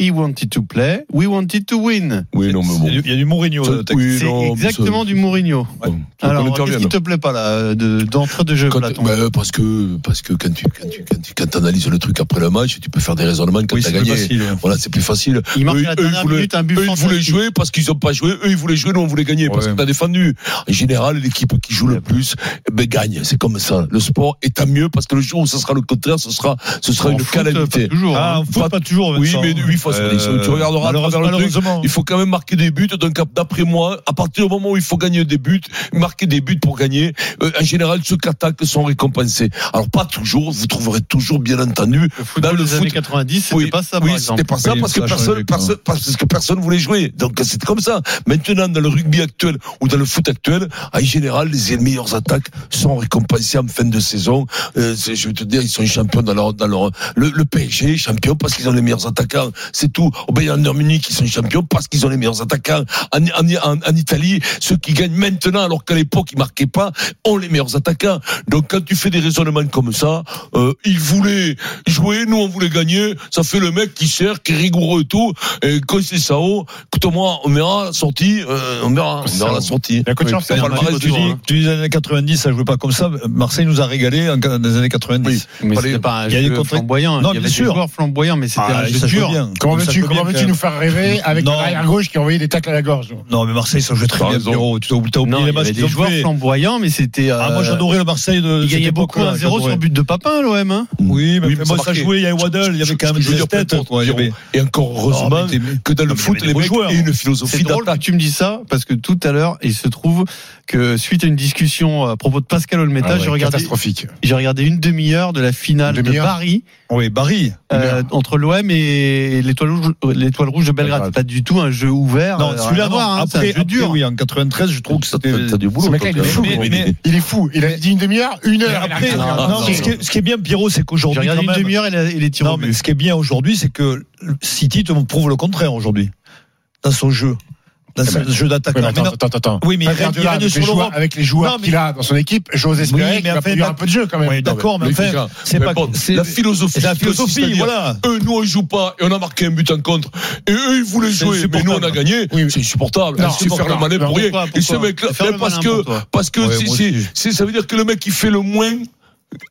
S4: He wanted to play, we wanted to win.
S12: Oui, non, mais bon.
S14: Il y a du Mourinho. euh,
S12: Ça,
S14: dans le texte.
S12: oui,
S4: C'est
S12: non,
S4: exactement du Mourinho.
S12: Bon, tu veux qu'on
S4: Alors,
S12: intervienne
S4: qu'est-ce qui te plaît pas là, de- d'entrée de jeu,
S12: Quand-
S4: Platon
S12: bah, parce que parce que quand tu quand tu quand tu- quand t'analyses le truc après le match, tu peux faire des raisonnements quand
S14: Oui,
S12: t'as
S14: c'est plus
S12: gagné.
S14: facile, ouais.
S12: Voilà, c'est plus facile.
S4: Il marque
S12: Eux,
S4: à la
S12: eux,
S4: dernière
S12: ils voulaient-
S4: minute un but
S12: eux, ils voulaient
S4: fantastique.
S12: jouer parce qu'ils ont pas joué. Eux ils voulaient jouer, nous on voulait gagner parce que t'as défendu. En général, l'équipe qui joue le plus eh ben, gagne. C'est comme ça. Le sport est tant mieux parce que le jour où ce sera le contraire, ce sera ce sera
S14: En
S12: une
S14: foot,
S12: calamité.
S14: pas toujours,
S12: Ah,
S14: hein. En foot, pas toujours,
S12: Oui,
S14: Vincent.
S12: mais oui, faut-
S14: Euh,
S12: tu regarderas à travers le truc.
S14: malheureusement.
S12: Il faut quand même marquer des buts. Donc, d'après moi, à partir du moment où il faut gagner des buts, marquer des buts pour gagner, euh, en général, ceux qui attaquent sont récompensés. Alors, pas toujours, vous trouverez toujours, bien entendu, dans le
S4: des
S12: foot.
S4: années 90, c'était
S12: oui,
S4: pas ça,
S12: oui,
S4: par exemple.
S12: c'était pas ça
S4: Oui,
S12: parce que
S4: ça a
S12: personne,
S4: changé, quoi.
S12: personne- parce que personne voulait jouer. Donc c'est comme ça. Maintenant, dans le rugby actuel ou dans le foot actuel, en général, les meilleures attaques sont récompensées en fin de saison. Euh, c'est- je vais te dire, ils sont champions dans leur, dans leur le, le PSG est champion parce qu'ils ont les meilleurs attaquants. C'est tout. Au Bayern de Munich, ils sont champions parce qu'ils ont les meilleurs attaquants. En, en, en, en Italie, ceux qui gagnent maintenant, alors qu'à l'époque ils marquaient pas, ont les meilleurs attaquants. Donc quand tu fais des raisonnements comme ça, euh, ils voulaient jouer, nous on voulait gagner. Ça fait le mec qui sert, qui est rigoureux et tout. Et quand c'est ça, oh, écoute-moi, on verra la sortie. euh, on verra, on verra la sortie.
S14: La coach
S12: Oui,
S14: Arthur,
S12: on parlera
S14: tu,
S12: de
S14: dis,
S12: tout, hein.
S14: tu dis les années 90, ça jouait pas comme ça. Marseille nous a régalé en- dans les années 90.
S4: Mais
S14: Fallait-
S4: c'était pas un
S14: il y a des
S4: jeu
S14: contre-
S4: flamboyant.
S14: Non,
S4: il y
S14: bien
S4: avait des
S14: sûr.
S4: joueurs flamboyants, mais c'était
S14: Ah,
S4: un
S14: ils
S4: jeu
S14: se
S4: dur.
S14: jouent bien.
S13: Comment
S14: Ça
S13: veux-tu
S14: peut bien
S13: comment veux-tu
S14: faire.
S13: nous faire rêver avec
S14: Non.
S13: l'arrière gauche qui envoyait des tacles à la gorge
S14: Non, mais Marseille, ça jouait très
S12: T'as
S14: bien.
S12: raison.
S14: Pierrot. Tu t'as oublié t'as oublié les
S4: Non, il y
S14: matchs
S4: avait
S14: qu'ils
S4: des
S14: ont
S4: joueurs
S14: fait.
S4: flamboyants, mais c'était.
S14: Ah,
S4: euh,
S14: moi, j'adorais le Marseille de.
S4: Il
S14: cette
S4: gagnait beaucoup hein,
S14: époque-là,
S4: 1-0 sur
S14: j'adorais.
S4: le but de Papin, l'OM. Hein
S14: Oui, mais,
S12: Oui,
S14: moi, ça
S12: marquait.
S14: jouait. Il y avait Waddle, il y avait quand même
S12: Je veux
S14: des
S12: dire, peu
S14: têtes.
S12: importe,
S14: ouais, il y avait-
S12: Et encore heureusement
S14: Non, mais t'es-
S12: que dans le
S14: Non, mais
S12: foot,
S14: il y avait
S12: les
S14: des
S12: mecs
S14: beaux joueurs.
S12: aient une
S4: C'est
S12: philosophie
S4: drôle que
S12: d'attaque.
S4: tu me dis ça parce que tout à l'heure, il se trouve que suite à une discussion à propos de Pascal Olmeta,
S13: Ah ouais,
S4: j'ai regardé,
S13: Catastrophique.
S4: j'ai regardé une demi-heure de la finale
S13: Une
S4: de
S13: demi-heure
S4: Paris
S14: Oui, Barry.
S4: euh, entre l'OM et l'étoile rouge, l'étoile rouge de Belgrade. C'est pas du tout un jeu ouvert.
S14: Non,
S4: euh, rien
S14: celui-là,
S4: à
S14: non.
S4: voir, hein, c'est un
S14: Après,
S4: jeu
S14: après,
S4: dur.
S14: oui, en 93, je trouve que c'était.
S12: T'as- t'as du boulot,
S13: Ce mec-là, il
S12: toi,
S13: est fou.
S12: quand même.
S14: Mais- mais-
S13: Il est fou. Il a dit une demi-heure, une
S14: Mais
S13: heure. il a
S14: après,
S13: rien
S14: non,
S13: regardé.
S14: non, mais ce qui est- ce qui est bien, Pierrot, c'est
S4: J'ai
S14: qu'aujourd'hui,
S4: regardé
S14: quand
S4: une
S14: même.
S4: demi-heure et, la- et les tirs
S14: Non,
S4: au
S14: mais
S4: but.
S14: ce qui est bien aujourd'hui, c'est que City te prouve le contraire aujourd'hui. Dans son jeu. Dans
S13: Eh
S14: son
S13: ben,
S14: jeu d'attaque.
S13: Oui, mais
S14: Non, mais non.
S13: attends, attends, attends.
S14: Oui, mais il
S13: Pas
S14: règne-
S13: Guardiola,
S14: il règne
S13: avec
S14: sur
S13: les joueurs-
S14: l'Europe.
S13: Avec les
S14: Non,
S13: joueurs
S14: mais-
S13: qu'il a dans son équipe, j'ose espérer
S14: mais
S13: qu'il va
S14: après,
S13: produire
S14: la-
S13: un peu de jeu quand même.
S14: Oui, d'accord, mais
S12: mais
S14: enfin,
S12: déjà,
S14: c'est
S12: mais
S14: pas
S12: bon,
S14: c'est-
S12: la philosophie,
S14: c'est la
S12: plutôt,
S14: philosophie,
S12: c'est-à-dire,
S14: voilà.
S12: Ah. Eux, nous, on joue pas et on a marqué un but en contre. Et eux, ils voulaient
S14: C'est
S12: jouer, mais nous, on a
S14: insupportable.
S12: gagné.
S13: Oui, oui.
S12: C'est insupportable.
S13: Non,
S12: C'est faire le
S13: insupportable.
S12: malin pour
S13: Non,
S12: rien.
S4: pourquoi,
S12: Et ce
S4: pourquoi
S12: mec-là,
S4: C'est faire
S12: ben,
S4: le
S12: parce
S4: malin
S12: que,
S4: pour toi.
S12: parce que
S14: Ouais,
S12: c'est-
S14: moi
S12: c'est-
S14: aussi.
S12: c'est- ça veut dire que le mec qui fait le moins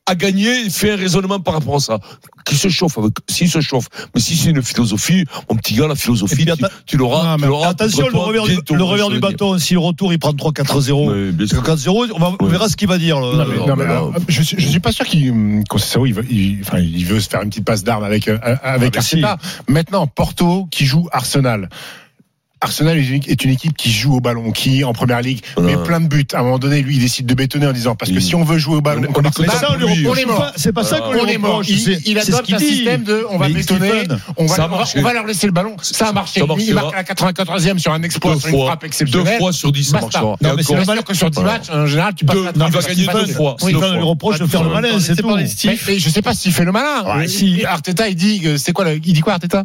S12: à gagner, il fait un raisonnement par rapport à ça. Qui se chauffe avec, s'il se chauffe. Mais si c'est une philosophie, mon petit gars, la
S14: Et
S12: philosophie,
S14: puis,
S12: tu,
S14: atta-
S12: tu l'auras,
S14: Ah,
S12: tu
S14: mais
S12: l'auras.
S14: attention,
S12: contre
S14: le
S12: toi
S14: revers, du,
S12: bientôt,
S14: le
S12: je
S14: revers
S12: veux
S14: du
S12: dire.
S14: bâton, si le retour il prend 3-4-0,
S12: Oui, bien sûr.
S14: 4-0, on, va- on
S12: Oui.
S14: verra ce qu'il va dire. le-
S13: Non, mais-
S14: le-
S13: non, mais
S12: là,
S13: alors, je, suis- je suis pas sûr qu'il, hum, qu'on sait ça où il veut, il, enfin, il veut se faire une petite passe d'armes avec euh, avec
S14: Ah, mais
S13: Arteta. Maintenant, Porto qui joue Arsenal. Arsenal est une- est une équipe qui joue au ballon, qui en première ligue
S12: Voilà.
S13: met plein de buts. À un moment donné, lui, il décide de bétonner en disant parce que
S12: Oui.
S13: si on veut jouer au ballon,
S12: On est-
S13: comme
S12: on est
S13: Arsenal,
S4: Bah,
S12: content pour lui.
S13: on est
S14: C'est
S13: mort.
S14: pas- C'est pas ça qu'on
S13: On
S14: lui
S13: est mort.
S14: reproche.
S13: Il, il
S14: C'est ce
S13: adopte
S14: qu'il
S13: un
S14: dit.
S13: système de on va
S14: Mais il
S13: bétonner,
S14: siphonne.
S13: on va,
S12: Ça a
S13: on va-
S12: marché.
S13: on va leur laisser le ballon. Ça a marché.
S12: Ça
S13: Lui, il
S12: marchera.
S13: marque à la 94e sur un exploit,
S12: Deux
S13: sur une
S12: fois.
S13: frappe
S12: Deux
S13: exceptionnelle.
S12: fois sur dix, ça
S13: Basta.
S12: marchera.
S13: Non,
S12: Et
S13: mais c'est
S12: encore-
S13: sûr que sur 10
S12: Voilà.
S13: matchs, en général, tu passes
S12: Deux,
S13: la
S12: il
S13: trappe
S12: va
S13: parce
S12: gagner
S13: qu'il passe.
S12: deux fois.
S14: Oui,
S12: deux
S14: enfin,
S12: fois.
S14: le reproche de faire le malin,
S4: Attends,
S14: c'est
S4: laissez
S14: tout.
S4: parler Steve.
S13: Mais, mais je sais pas s'il fait le malin.
S14: Ouais,
S13: Euh,
S14: si.
S13: Arteta, il dit, euh, c'est quoi, le- il dit quoi Arteta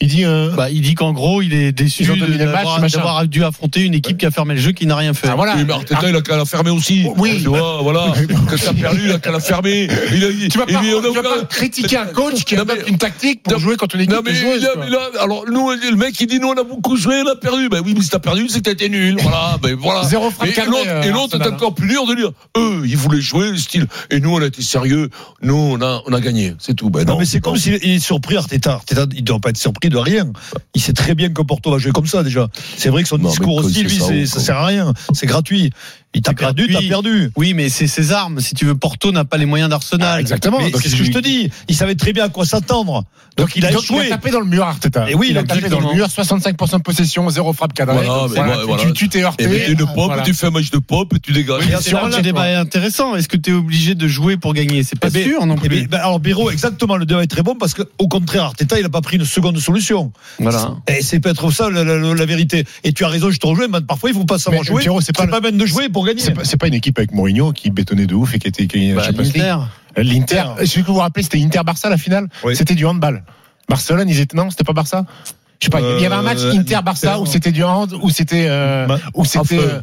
S13: Il dit, euh,
S4: Bah, il dit qu'en gros, il est déçu
S13: Ils ont dominé le match,
S4: d'avoir
S13: machin.
S4: d'avoir dû affronter une équipe qui a fermé le jeu, qui n'a rien fait.
S13: ah, voilà.
S12: Oui, mais Arteta, il a qu'à la fermer aussi.
S13: Oui.
S12: Tu vois, voilà. Quand t'as perdu, il a qu'à la fermer. Il a,
S13: tu vas pas,
S12: il-
S13: tu vas pas critiquer un coach qui
S12: Non,
S13: adopte
S12: mais-
S13: une tactique pour
S12: Non,
S13: jouer contre une équipe
S12: Non, mais,
S13: qui joue,
S12: là,
S13: quoi.
S12: mais là, alors, nous, le mec, il dit, nous, on a beaucoup joué, on a perdu. Ben oui, mais si t'as perdu, c'est que t'étais nul. Voilà, ben voilà.
S13: Zéro frappe
S12: Et- et
S13: cadrée,
S12: l'autre-
S13: euh,
S12: et l'autre est
S13: Arsenal, hein.
S12: encore plus dur de dire, eux, ils voulaient jouer, style, et nous, on a été sérieux, nous, on a, on a gagné. C'est tout. Ben non.
S14: Non, mais c'est comme s'il est surpris, Arteta. Arteta, il ne doit pas être surpris de rien. Il sait très bien que Porto va jouer comme ça, déjà. C'est vrai que son
S12: Non, mais
S14: discours
S12: que
S14: aussi,
S12: c'est
S14: lui,
S12: ça,
S14: c'est-
S12: ou
S14: ça
S12: quoi.
S14: sert à rien. C'est gratuit. Il t'a
S4: C'est
S14: perdu, t'as
S4: gratuit.
S14: perdu.
S4: Oui, mais c'est ses armes. Si tu veux, Porto n'a pas les moyens d'Arsenal.
S13: Ah, exactement.
S14: Mais
S13: Donc,
S14: c'est ce
S13: il-
S14: que je te dis. Il savait très bien à quoi s'attendre. Donc, il a
S13: Donc,
S14: échoué.
S13: Il a tapé dans le mur, Arteta.
S14: Et oui,
S13: il a
S14: donc,
S13: tapé dans
S14: exactement.
S13: le mur, 65% de possession, zéro frappe cadrée.
S12: Voilà,
S13: Donc,
S12: mais ouais,
S13: tu-
S12: voilà.
S13: tu- Tu t'es heurté.
S12: Et ben, une
S13: Ah,
S12: pop,
S13: voilà.
S12: tu fais un match de pop, et tu dégages.
S4: Mais c'est
S13: sûr,
S4: là
S13: on
S4: le
S13: sait
S4: débat
S13: pas.
S4: est intéressant. Est-ce que tu es obligé de jouer pour gagner C'est pas
S14: Eh ben,
S4: sûr non
S14: eh
S4: plus.
S14: ben, ben, alors Biro, exactement, le débat est très bon parce que au contraire, Arteta, il n'a pas pris une seconde solution.
S4: Voilà.
S14: Et c'est peut-être ça la, la- la vérité. Et tu as raison, je te rejoins, mais parfois il ne faut pas savoir
S13: Mais,
S14: jouer.
S13: Pierrot, c'est
S14: c'est
S13: pas
S14: pas,
S13: le-
S14: pas même de jouer pour gagner.
S13: C'est pas, c'est pas une équipe avec Mourinho qui bétonnait de ouf et qui était qui,
S4: Bah,
S13: Champions League.
S4: l'Inter.
S13: Euh, L'Inter. Je vais vous vous rappeler, c'était Inter-Barça la finale.
S14: Oui.
S13: C'était du handball. Barcelone, ils étaient non, c'était pas Barça. Je sais pas. il y avait un match
S14: Euh,
S13: Inter-Barça
S14: Inter,
S13: où c'était du hand, où c'était euh,
S14: Bah,
S13: où c'était
S14: enfin.
S13: euh,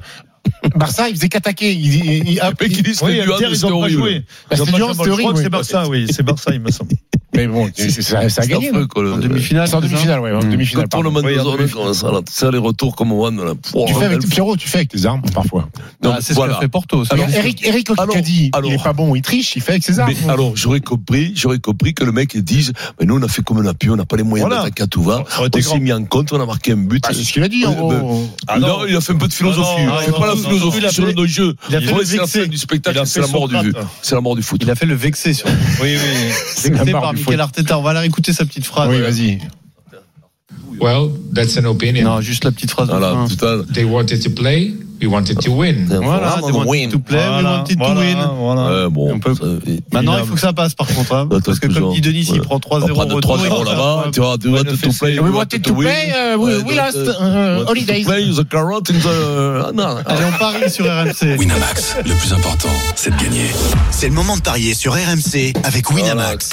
S13: Barça, ils faisaient qu'attaquer. Ils, ils, ils-
S12: mecs, ils disent,
S14: Oui,
S12: c'était du
S14: Inter, ils
S12: hand,
S14: ont
S12: c'était
S14: pas
S12: horrible.
S14: joué.
S13: Bah,
S14: Ils ont
S13: c'était
S14: pas
S13: du
S14: joué.
S13: hand,
S14: Je crois
S13: c'était
S14: que c'est
S13: horrible,
S14: Barça, oui, c'est Barça, il me semble.
S13: Mais bon, ça a gagné.
S12: En
S13: demi-finale. En demi-finale, oui. En demi-finale.
S12: Tournement de zone comme ça, là. Ça, les retours comme on là.
S13: Tu fais avec Ah, Pierrot, tu fais avec tes armes, parfois.
S4: Non, c'est ce que fait Porto.
S13: Alors, Eric, Eric, quand dit, il est pas bon, il triche, il fait avec ses armes.
S12: Alors, j'aurais compris, j'aurais compris que le mec dise, mais nous, on a fait comme on a pu, on n'a pas les moyens d'attaquer à tout va. On s'est mis en compte, on a marqué un but.
S13: C'est ce qu'il a dit, en gros.
S12: Ah Non, il a fait un peu de philosophie. Il fait pas la philosophie sur le jeu. Il a fait le du spectacle, c'est la mort du vue. C'est la mort du foot.
S4: Il a fait le vexé sur.
S13: Oui, oui.
S4: Vexé par Michael Arteta. On va aller écouter sa petite phrase.
S13: Oui, vas-y.
S19: Well, that's an opinion.
S4: Non, juste la petite phrase.
S12: Voilà, total.
S19: They wanted to play. We wanted to win.
S4: Voilà, they wanted to play, we wanted to win.
S12: Voilà. bon,
S4: Maintenant, il faut que ça passe par contre. Hein, parce que comme dit Denis, il prend 3-0
S12: retour. 3-0 là-bas, tu vois, they wanted to play.
S13: We wanted to play, we lost
S12: euh,
S13: holidays.
S12: Play the carrot in the...
S4: Non. Allez, on parie sur RMC.
S20: Winamax, le plus important, c'est de gagner.
S15: C'est le moment de parier sur RMC avec Winamax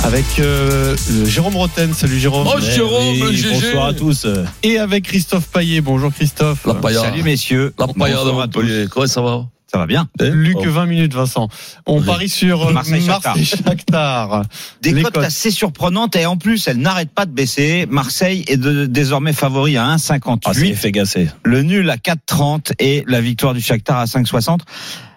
S20: Oh.
S4: avec euh, Jérôme Roten. Salut Jérôme. Eh
S12: Oh Jérôme, oui, le GG.
S21: Bonsoir à tous.
S4: Et avec Christophe Payet. Bonjour Christophe.
S12: La paillard.
S21: Salut messieurs.
S12: La paillard de Montpellier. Comment ça va
S21: ça va bien.
S12: Eh,
S4: Luc, oh. 20 minutes, Vincent. On oui. parie sur euh, Marseille-Shakhtar. Marseille
S21: Des cotes, cotes assez surprenantes et en plus, elles n'arrêtent pas de baisser. Marseille est de, désormais favori à 1,58. Ah, fait gasser. Le nul à 4,30 et la victoire du Shakhtar à 5,60.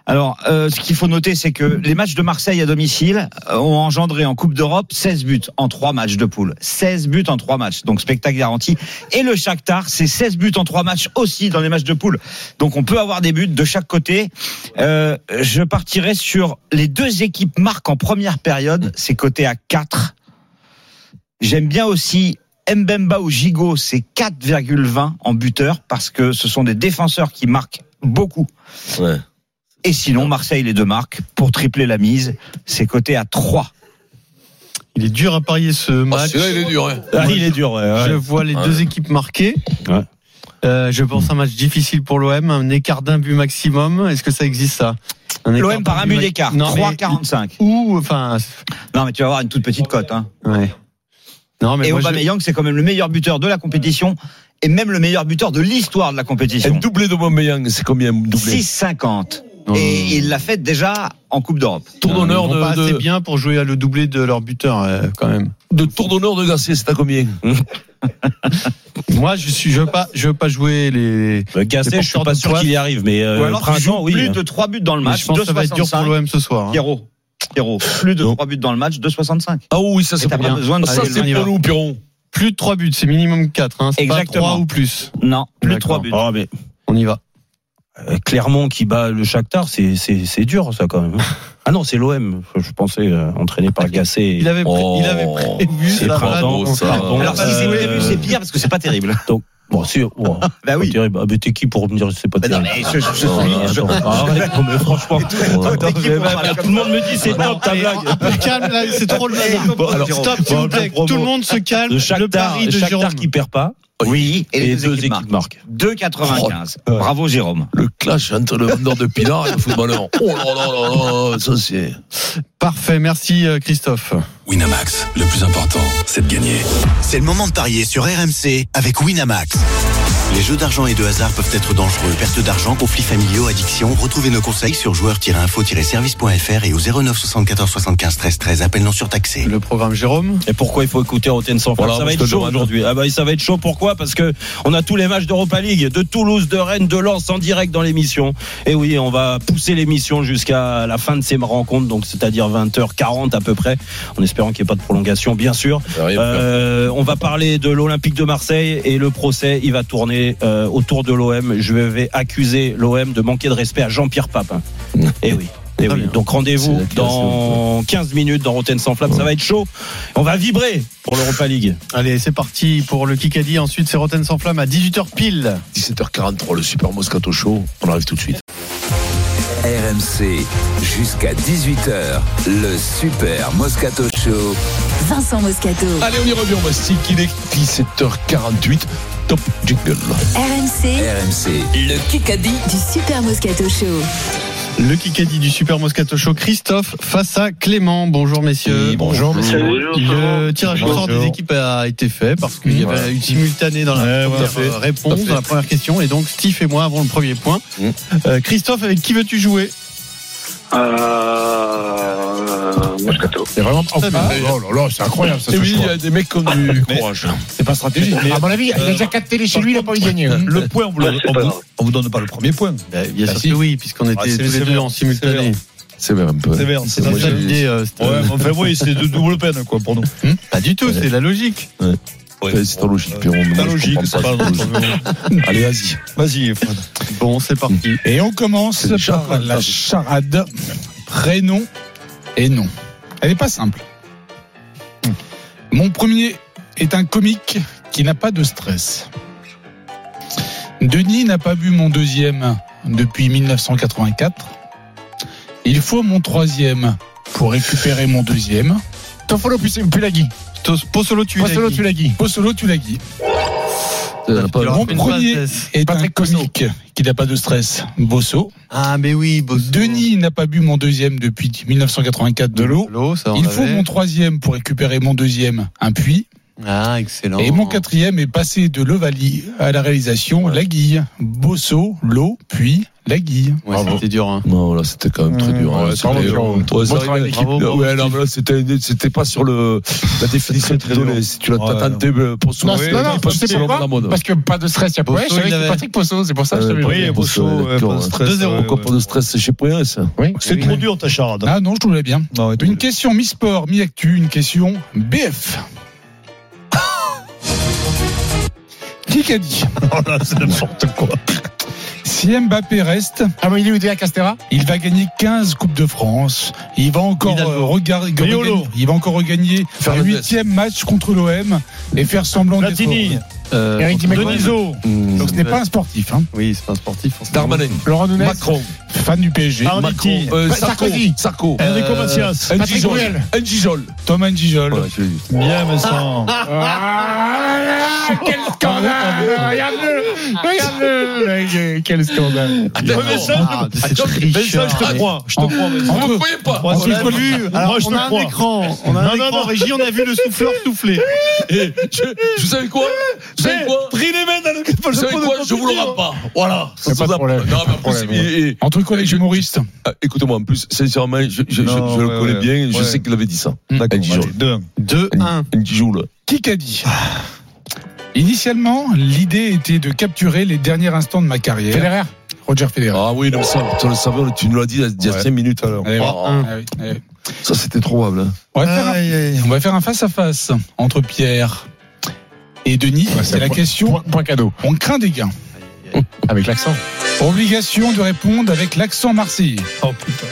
S21: Alors, euh, ce qu'il faut noter, c'est que les matchs de Marseille à domicile euh, ont engendré en Coupe d'Europe 16 buts en 3 matchs de poule. 16 buts en 3 matchs, donc spectacle garanti. Et le Shakhtar, c'est 16 buts en 3 matchs aussi dans les matchs de poule. Donc on peut avoir des buts de chaque côté. Euh, je partirai sur les deux équipes marquent en première période, c'est coté à 4. J'aime bien aussi Mbemba ou Gigot, c'est 4,20 en buteur parce que ce sont des défenseurs qui marquent beaucoup.
S12: Ouais.
S21: Et sinon, Marseille, les deux marques, pour tripler la mise, c'est coté à 3.
S4: Il est dur à parier ce match.
S12: Ah, là il est dur. Hein.
S4: Ah, il est dur ouais, ouais. Je vois les ouais. deux équipes marquées. Euh, je pense à un match difficile pour l'OM, un écart d'un but maximum. Est-ce que ça existe ça
S21: L'OM par un but d'écart, 3,45.
S4: Ou, enfin.
S21: Non, mais tu vas avoir une toute petite cote. Hein.
S4: Non, mais
S21: et Aubameyang, je... c'est quand même le meilleur buteur de la compétition et même le meilleur buteur de l'histoire de la compétition.
S12: Un doublé d'Aubameyang, c'est combien doublé
S21: 6,50.
S14: Oh.
S21: Non. Et il l'a fait déjà en Coupe d'Europe.
S4: Tour d'honneur de, Euh, pas assez de... bien pour jouer à le doublé de leur buteur euh, quand même.
S12: De tour d'honneur de Garcia, c'est à combien
S4: Moi, je suis, je veux pas, je veux pas jouer les.
S21: Le Gasset, Euh, je suis pas sûr qu'il y arrive, mais euh, Ou alors, printemps, tu oui. Plus de 3 buts dans le match. Mais
S4: je pense que ça va être dur pour l'OM ce soir. Hein.
S21: Pierrot. Pierrot, plus de 3 buts dans le match, 2,65.
S12: Ah oui, ça c'est
S21: pas bien. Besoin de
S12: ça c'est pour nous, Pierrot.
S4: Plus de 3 buts, c'est minimum 4. Hein. C'est pas 3 ou plus.
S21: Non, plus de 3 buts. Oh, mais... euh,
S4: On y va.
S21: Clermont qui bat le Shakhtar, c'est dur ça quand même. Ah non, c'est l'OM. Je pensais euh, entraîné par Gasset.
S4: Il avait, oh, il avait prévu.
S21: C'est pardon,
S4: pardon,
S21: pardon. Alors euh, si c'est prévu, c'est pire parce que c'est pas terrible. Donc bon, sûr. Bon, bah oui. Terrible. Ah, mais t'es qui pour me dire que c'est pas bah terrible non, mais je, je, je ah, suis. Attends, je... Ah, attends, mais franchement, Oh, tout, bah, tout le monde me dit c'est top ta blague.
S4: Un peu calme là, c'est trop le bazar. Stop, s'il vous plaît. Tout le monde se calme. Le pari de Jérôme
S21: qui perd pas. Oui, et, les, et deux, deux, équipes, équipes marquent. 2,95. Oh, Bravo Jérôme.
S12: Le clash entre le vendeur de Pilar et le footballeur. Oh là là là là, ça c'est.
S4: Parfait, merci
S21: euh,
S4: Christophe.
S20: Winamax, le plus important, c'est de gagner.
S15: C'est le moment de parier sur RMC avec Winamax. Les jeux d'argent et de hasard peuvent être dangereux. Perte d'argent, conflits familiaux, addiction. Retrouvez nos conseils sur joueurs-info-service.fr et au 09 74 75 13 13. Appel non surtaxé.
S4: Le programme Jérôme.
S21: Et pourquoi il faut écouter Antenne sans voilà, Ça va être chaud aujourd'hui. Ah bah ça va être chaud. Pourquoi Parce que on a tous les matchs d'Europa League, de Toulouse, de Rennes, de Lens en direct dans l'émission. Et oui, on va pousser l'émission jusqu'à la fin de ces rencontres, donc c'est-à-dire 20h40 à peu près, en espérant qu'il n'y ait pas de prolongation, bien sûr. Euh, on va parler de l'Olympique de Marseille et le procès. Il va tourner euh, autour de l'OM. Je vais accuser l'OM de manquer de respect à Jean-Pierre Papin. Et oui. Et oui. Donc rendez-vous dans 15 minutes dans Rotten sans flamme. Ouais. Ça va être chaud. On va vibrer pour l'Europa League.
S4: Allez, c'est parti pour le Kikadi. Ensuite, c'est Rotten sans flamme à 18h pile.
S12: 17h43, le Super Moscato Show. On arrive tout de suite.
S20: RMC jusqu'à 18h, le Super Moscato Show.
S6: Vincent Moscato.
S12: Allez, on y revient, on mastique. Il est 17h48. Top jingle.
S6: RMC.
S20: RMC.
S6: Le Kikadi du Super Moscato Show.
S4: Le Kikadi du Super Moscato Show, Christophe face à Clément. Bonjour messieurs.
S13: Oui, bonjour. bonjour.
S4: Le tirage au sort des équipes a été fait parce qu'il
S13: Mmh.
S4: y avait une simultanée dans la ouais, première ouais, réponse, dans la Euh, première question. Et donc Steve et moi avons le premier point. Mmh. Euh, Christophe, avec qui veux-tu jouer
S16: Euh... Moscato.
S22: C'est vraiment. Oh, oh là là, c'est incroyable. Ça,
S12: Et oui,
S4: euh,
S12: il y a des mecs comme du courage.
S22: C'est pas stratégique.
S13: Mais à mon avis, il a déjà 4 télés chez lui, il a pas envie
S4: euh,
S13: de gagner. hein.
S14: Le point, on vous,
S16: Ouais, c'est
S14: on
S16: pas
S14: vous-
S16: grave.
S14: on vous donne pas le premier point.
S4: Ben, Bien sûr que oui, puisqu'on
S14: Ah,
S4: était
S14: c'est-
S4: tous
S14: c'est
S4: les deux
S14: bien,
S4: en
S14: c'est
S4: simultané.
S14: bien.
S12: C'est vrai un peu.
S14: C'est vert, c'est
S4: C'est
S14: ça.
S4: ça l'idée. euh, c'était-
S14: Ouais, enfin, oui, c'est de double peine, quoi, pour nous.
S4: Pas du tout, c'est la logique.
S12: Ouais, C'est ta Ah, logique, Pierrot. mais
S14: C'est
S12: moi,
S14: pas
S12: je
S14: logique,
S12: comprends
S14: c'est pas
S12: cette logique. Allez, vas-y.
S14: Vas-y, Fred.
S4: Bon, c'est parti.
S23: Et on commence
S12: C'est déjà
S23: par
S12: pas
S23: la
S12: grave.
S23: charade prénom et nom. Elle n'est pas simple. Mon premier est un comique qui n'a pas de stress. Denis n'a pas bu mon deuxième depuis 1984. Il faut mon troisième pour récupérer mon deuxième. Toffolo Pulagui.
S4: Posolo
S23: Posolo Tulagi. Posolo Tulagi.
S12: Euh, pas-
S23: Mon
S4: une
S23: premier
S4: parenthèse.
S23: est un comique qui n'a pas de stress. Bosso.
S4: Ah, mais oui, Bosso.
S23: Denis n'a pas bu mon deuxième depuis 1984 de l'eau.
S4: L'eau, ça on
S23: Il faut
S4: avait.
S23: mon troisième pour récupérer mon deuxième, un puits.
S4: Ah, excellent.
S23: Et mon quatrième est passé de l'Ovalie à la réalisation La Guille. Bosso, l'eau, puis La Guille.
S4: Ouais, c'était dur. hein.
S12: Non, là, c'était quand même très dur. hein.
S22: Ouais,
S12: C'était-
S22: bravo, Pierrot.
S12: Ouais,
S22: Bon
S12: ça
S22: travail
S12: arrive.
S22: d'équipe.
S12: Bravo, Ouais, non, mais là, c'était, c'était pas sur le, la définition
S14: très
S12: de données.
S14: dur.
S12: Si tu l'as
S14: Ouais,
S12: t'as tenté euh, pour
S23: Non,
S12: soulever,
S23: non, non,
S12: il passe
S23: c'est
S12: selon
S23: pourquoi
S12: la mode.
S23: Parce que pas de stress, il y a pas
S4: Bosso,
S23: ouais, je savais
S4: il
S23: que
S4: avait-
S23: Patrick Bosso, c'est pour ça que je
S12: Euh,
S23: t'avais
S12: Patrick
S14: Oui,
S23: mis.
S14: Bosso,
S12: Bosso,
S14: ouais,
S12: d'accord,
S14: pas de
S12: hein.
S14: stress, ouais,
S23: euh,
S12: Pourquoi pas de stress c'est chez Poirier, ça
S23: Oui,
S14: C'est
S23: oui,
S14: trop
S23: oui.
S14: dur, ta charade.
S23: Ah non, je trouvais bien.
S14: Non, ouais, t'es
S23: Une
S14: dur.
S23: question mi-sport, mi-actu, une question BF. Qui a dit
S14: Oh là, c'est n'importe quoi. Ah
S23: Si Mbappé reste,
S4: Castera
S23: il va gagner 15 Coupes de France. Il va encore
S14: Hidalgo.
S23: euh, regard-
S14: Riolo.
S23: regagner- il va encore regagner un
S12: Fernandez.
S23: huitième match contre l'OM et faire semblant d'être
S14: Platini.
S23: heureux. Eric Deniso. Donc ce n'est pas un sportif. hein.
S4: Oui, c'est pas un sportif. forcément.
S12: Darmanin,
S23: Laurent Nunez,
S12: Macron,
S23: fan du PSG.
S12: Macron,
S14: Arniti,
S12: euh,
S23: Bah,
S12: Sarko,
S23: Sarkozy.
S12: Sarko,
S14: Enrico Macias.
S12: un
S23: Patrick
S12: Gijol,
S23: Bruel.
S12: un Gijol.
S23: Thomas Gijol.
S12: Voilà, je l'ai dit.
S14: Bien, Vincent.
S23: Ah, quel scandale Regarde-le Regarde-le Quel scandale
S14: Ouais, mais ça,
S4: Ah,
S14: je-
S4: c'est
S14: Attends,
S4: tricheur,
S14: Vincent, je te
S4: mais-
S14: crois. Ah, Je te crois, Vincent.
S23: Entre-
S12: Vous voyez pas
S14: Moi,
S4: On
S14: je
S4: a
S14: te
S4: vu,
S14: crois.
S4: alors
S14: Moi, je
S4: on
S14: te
S4: a un
S14: crois.
S4: écran, on a un
S14: Non, non,
S4: écran
S14: non.
S4: régie, on a vu le souffleur souffler.
S12: Et je, je- vous savez quoi Vous
S23: Eh,
S12: savez quoi Vous savez quoi Je vous le rends pas. Voilà.
S23: C'est hein. pas de problème.
S12: Non, mais
S23: Pas de
S12: après, c'est-
S23: problème,
S12: et- et-
S23: Entre collègues humoristes.
S12: Ah, Écoutez-moi, en plus, sincèrement, je, je, je-
S14: Non,
S12: je le
S14: ouais,
S12: connais
S14: ouais.
S12: bien, je
S14: Ouais.
S12: sais qu'il avait dit ça.
S14: D'accord,
S12: Un Gijol.
S14: allez, deux.
S4: 2-1.
S12: Un Gijol.
S23: Qui qu'a dit Initialement, l'idée était de capturer les derniers instants de ma carrière. Federer Roger Federer.
S12: Ah oui, non, mais ça, tu le savais, tu nous l'as dit il y a 5 minutes alors.
S23: Allez,
S12: Ah,
S23: voir. Ah oui, allez.
S12: Ça, c'était probable. hein.
S23: On va faire un-
S14: Aïe, aïe.
S23: on va faire un face-à-face entre Pierre et Denis. C'est la question.
S22: Point, point cadeau.
S23: On craint des gains.
S22: Avec l'accent.
S23: Obligation de répondre avec l'accent marseillais.
S14: Oh putain.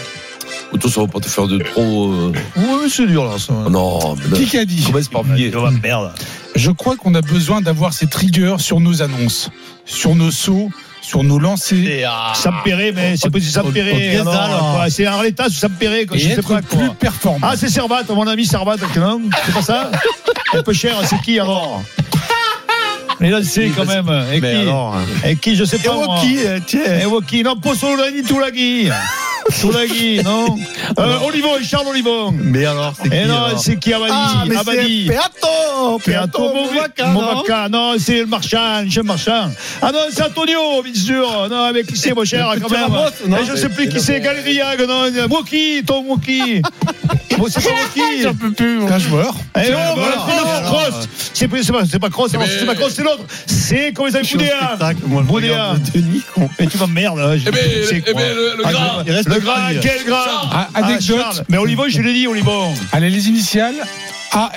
S12: Autant, ça va pas te faire de trop. euh,
S14: Ouais, c'est dur, là, ça.
S12: Non, mais là,
S23: Qui qu'a dit
S12: commence par oublier.
S14: va perdre.
S23: Je crois qu'on a besoin d'avoir ces triggers sur nos annonces, sur nos sauts, sur nos lancers.
S14: Ça me paierait, mais c'est pas si ça me paierait.
S4: oh,
S14: alors, quoi. C'est Arletta, ça me paierait. quoi.
S23: Et
S14: Je sais
S23: être
S14: pas, quoi.
S23: plus performant.
S14: Ah, c'est Servat, mon ami Servat, non C'est pas ça Un peu cher, c'est qui alors Mais là, c'est quand même. euh, Et qui Et Eh, qui, je sais pas. moi. Et Woki, non, Possolo l'a dit, Toulagui. Toulagui, non euh, Olivon, Charles Olivon.
S4: Mais alors, c'est
S14: Et
S4: qui,
S14: non,
S4: alors
S14: Ah, c'est qui Abadi
S21: Ah,
S14: Abadi.
S4: Peato
S14: Peato Movaca,
S4: Movaca, non
S14: Movaca, non, c'est le marchand, je marchand. Ah non, c'est Antonio, bien sûr. Non, mais qui c'est, mon cher, quand
S4: petit
S14: même.
S4: Ramos, non
S14: Eh, je sais plus qui c'est, Galeriag, non, Woki, ton Woki. Bon, c'est pas Woki.
S23: J'en peux plus. C'est un joueur.
S14: Eh non, voilà, c'est l'autre, Cross. C'est pas, c'est pas, c'est pas Cross, non, c'est pas Cross, c'est l'autre. C'est, comment il s'appelle, Boudéa. Boudéa. Mais tu m'emmerdes, hein, je
S12: Eh ben,
S14: je sais
S12: eh
S14: quoi.
S12: ben, le, le
S14: Ah,
S12: gras.
S14: je- Le gras, quel gras
S23: Ah,
S14: Ah,
S23: anecdote.
S14: Charles. Mais Olivon, je l'ai dit, Olivon.
S23: Allez, les initiales. AR.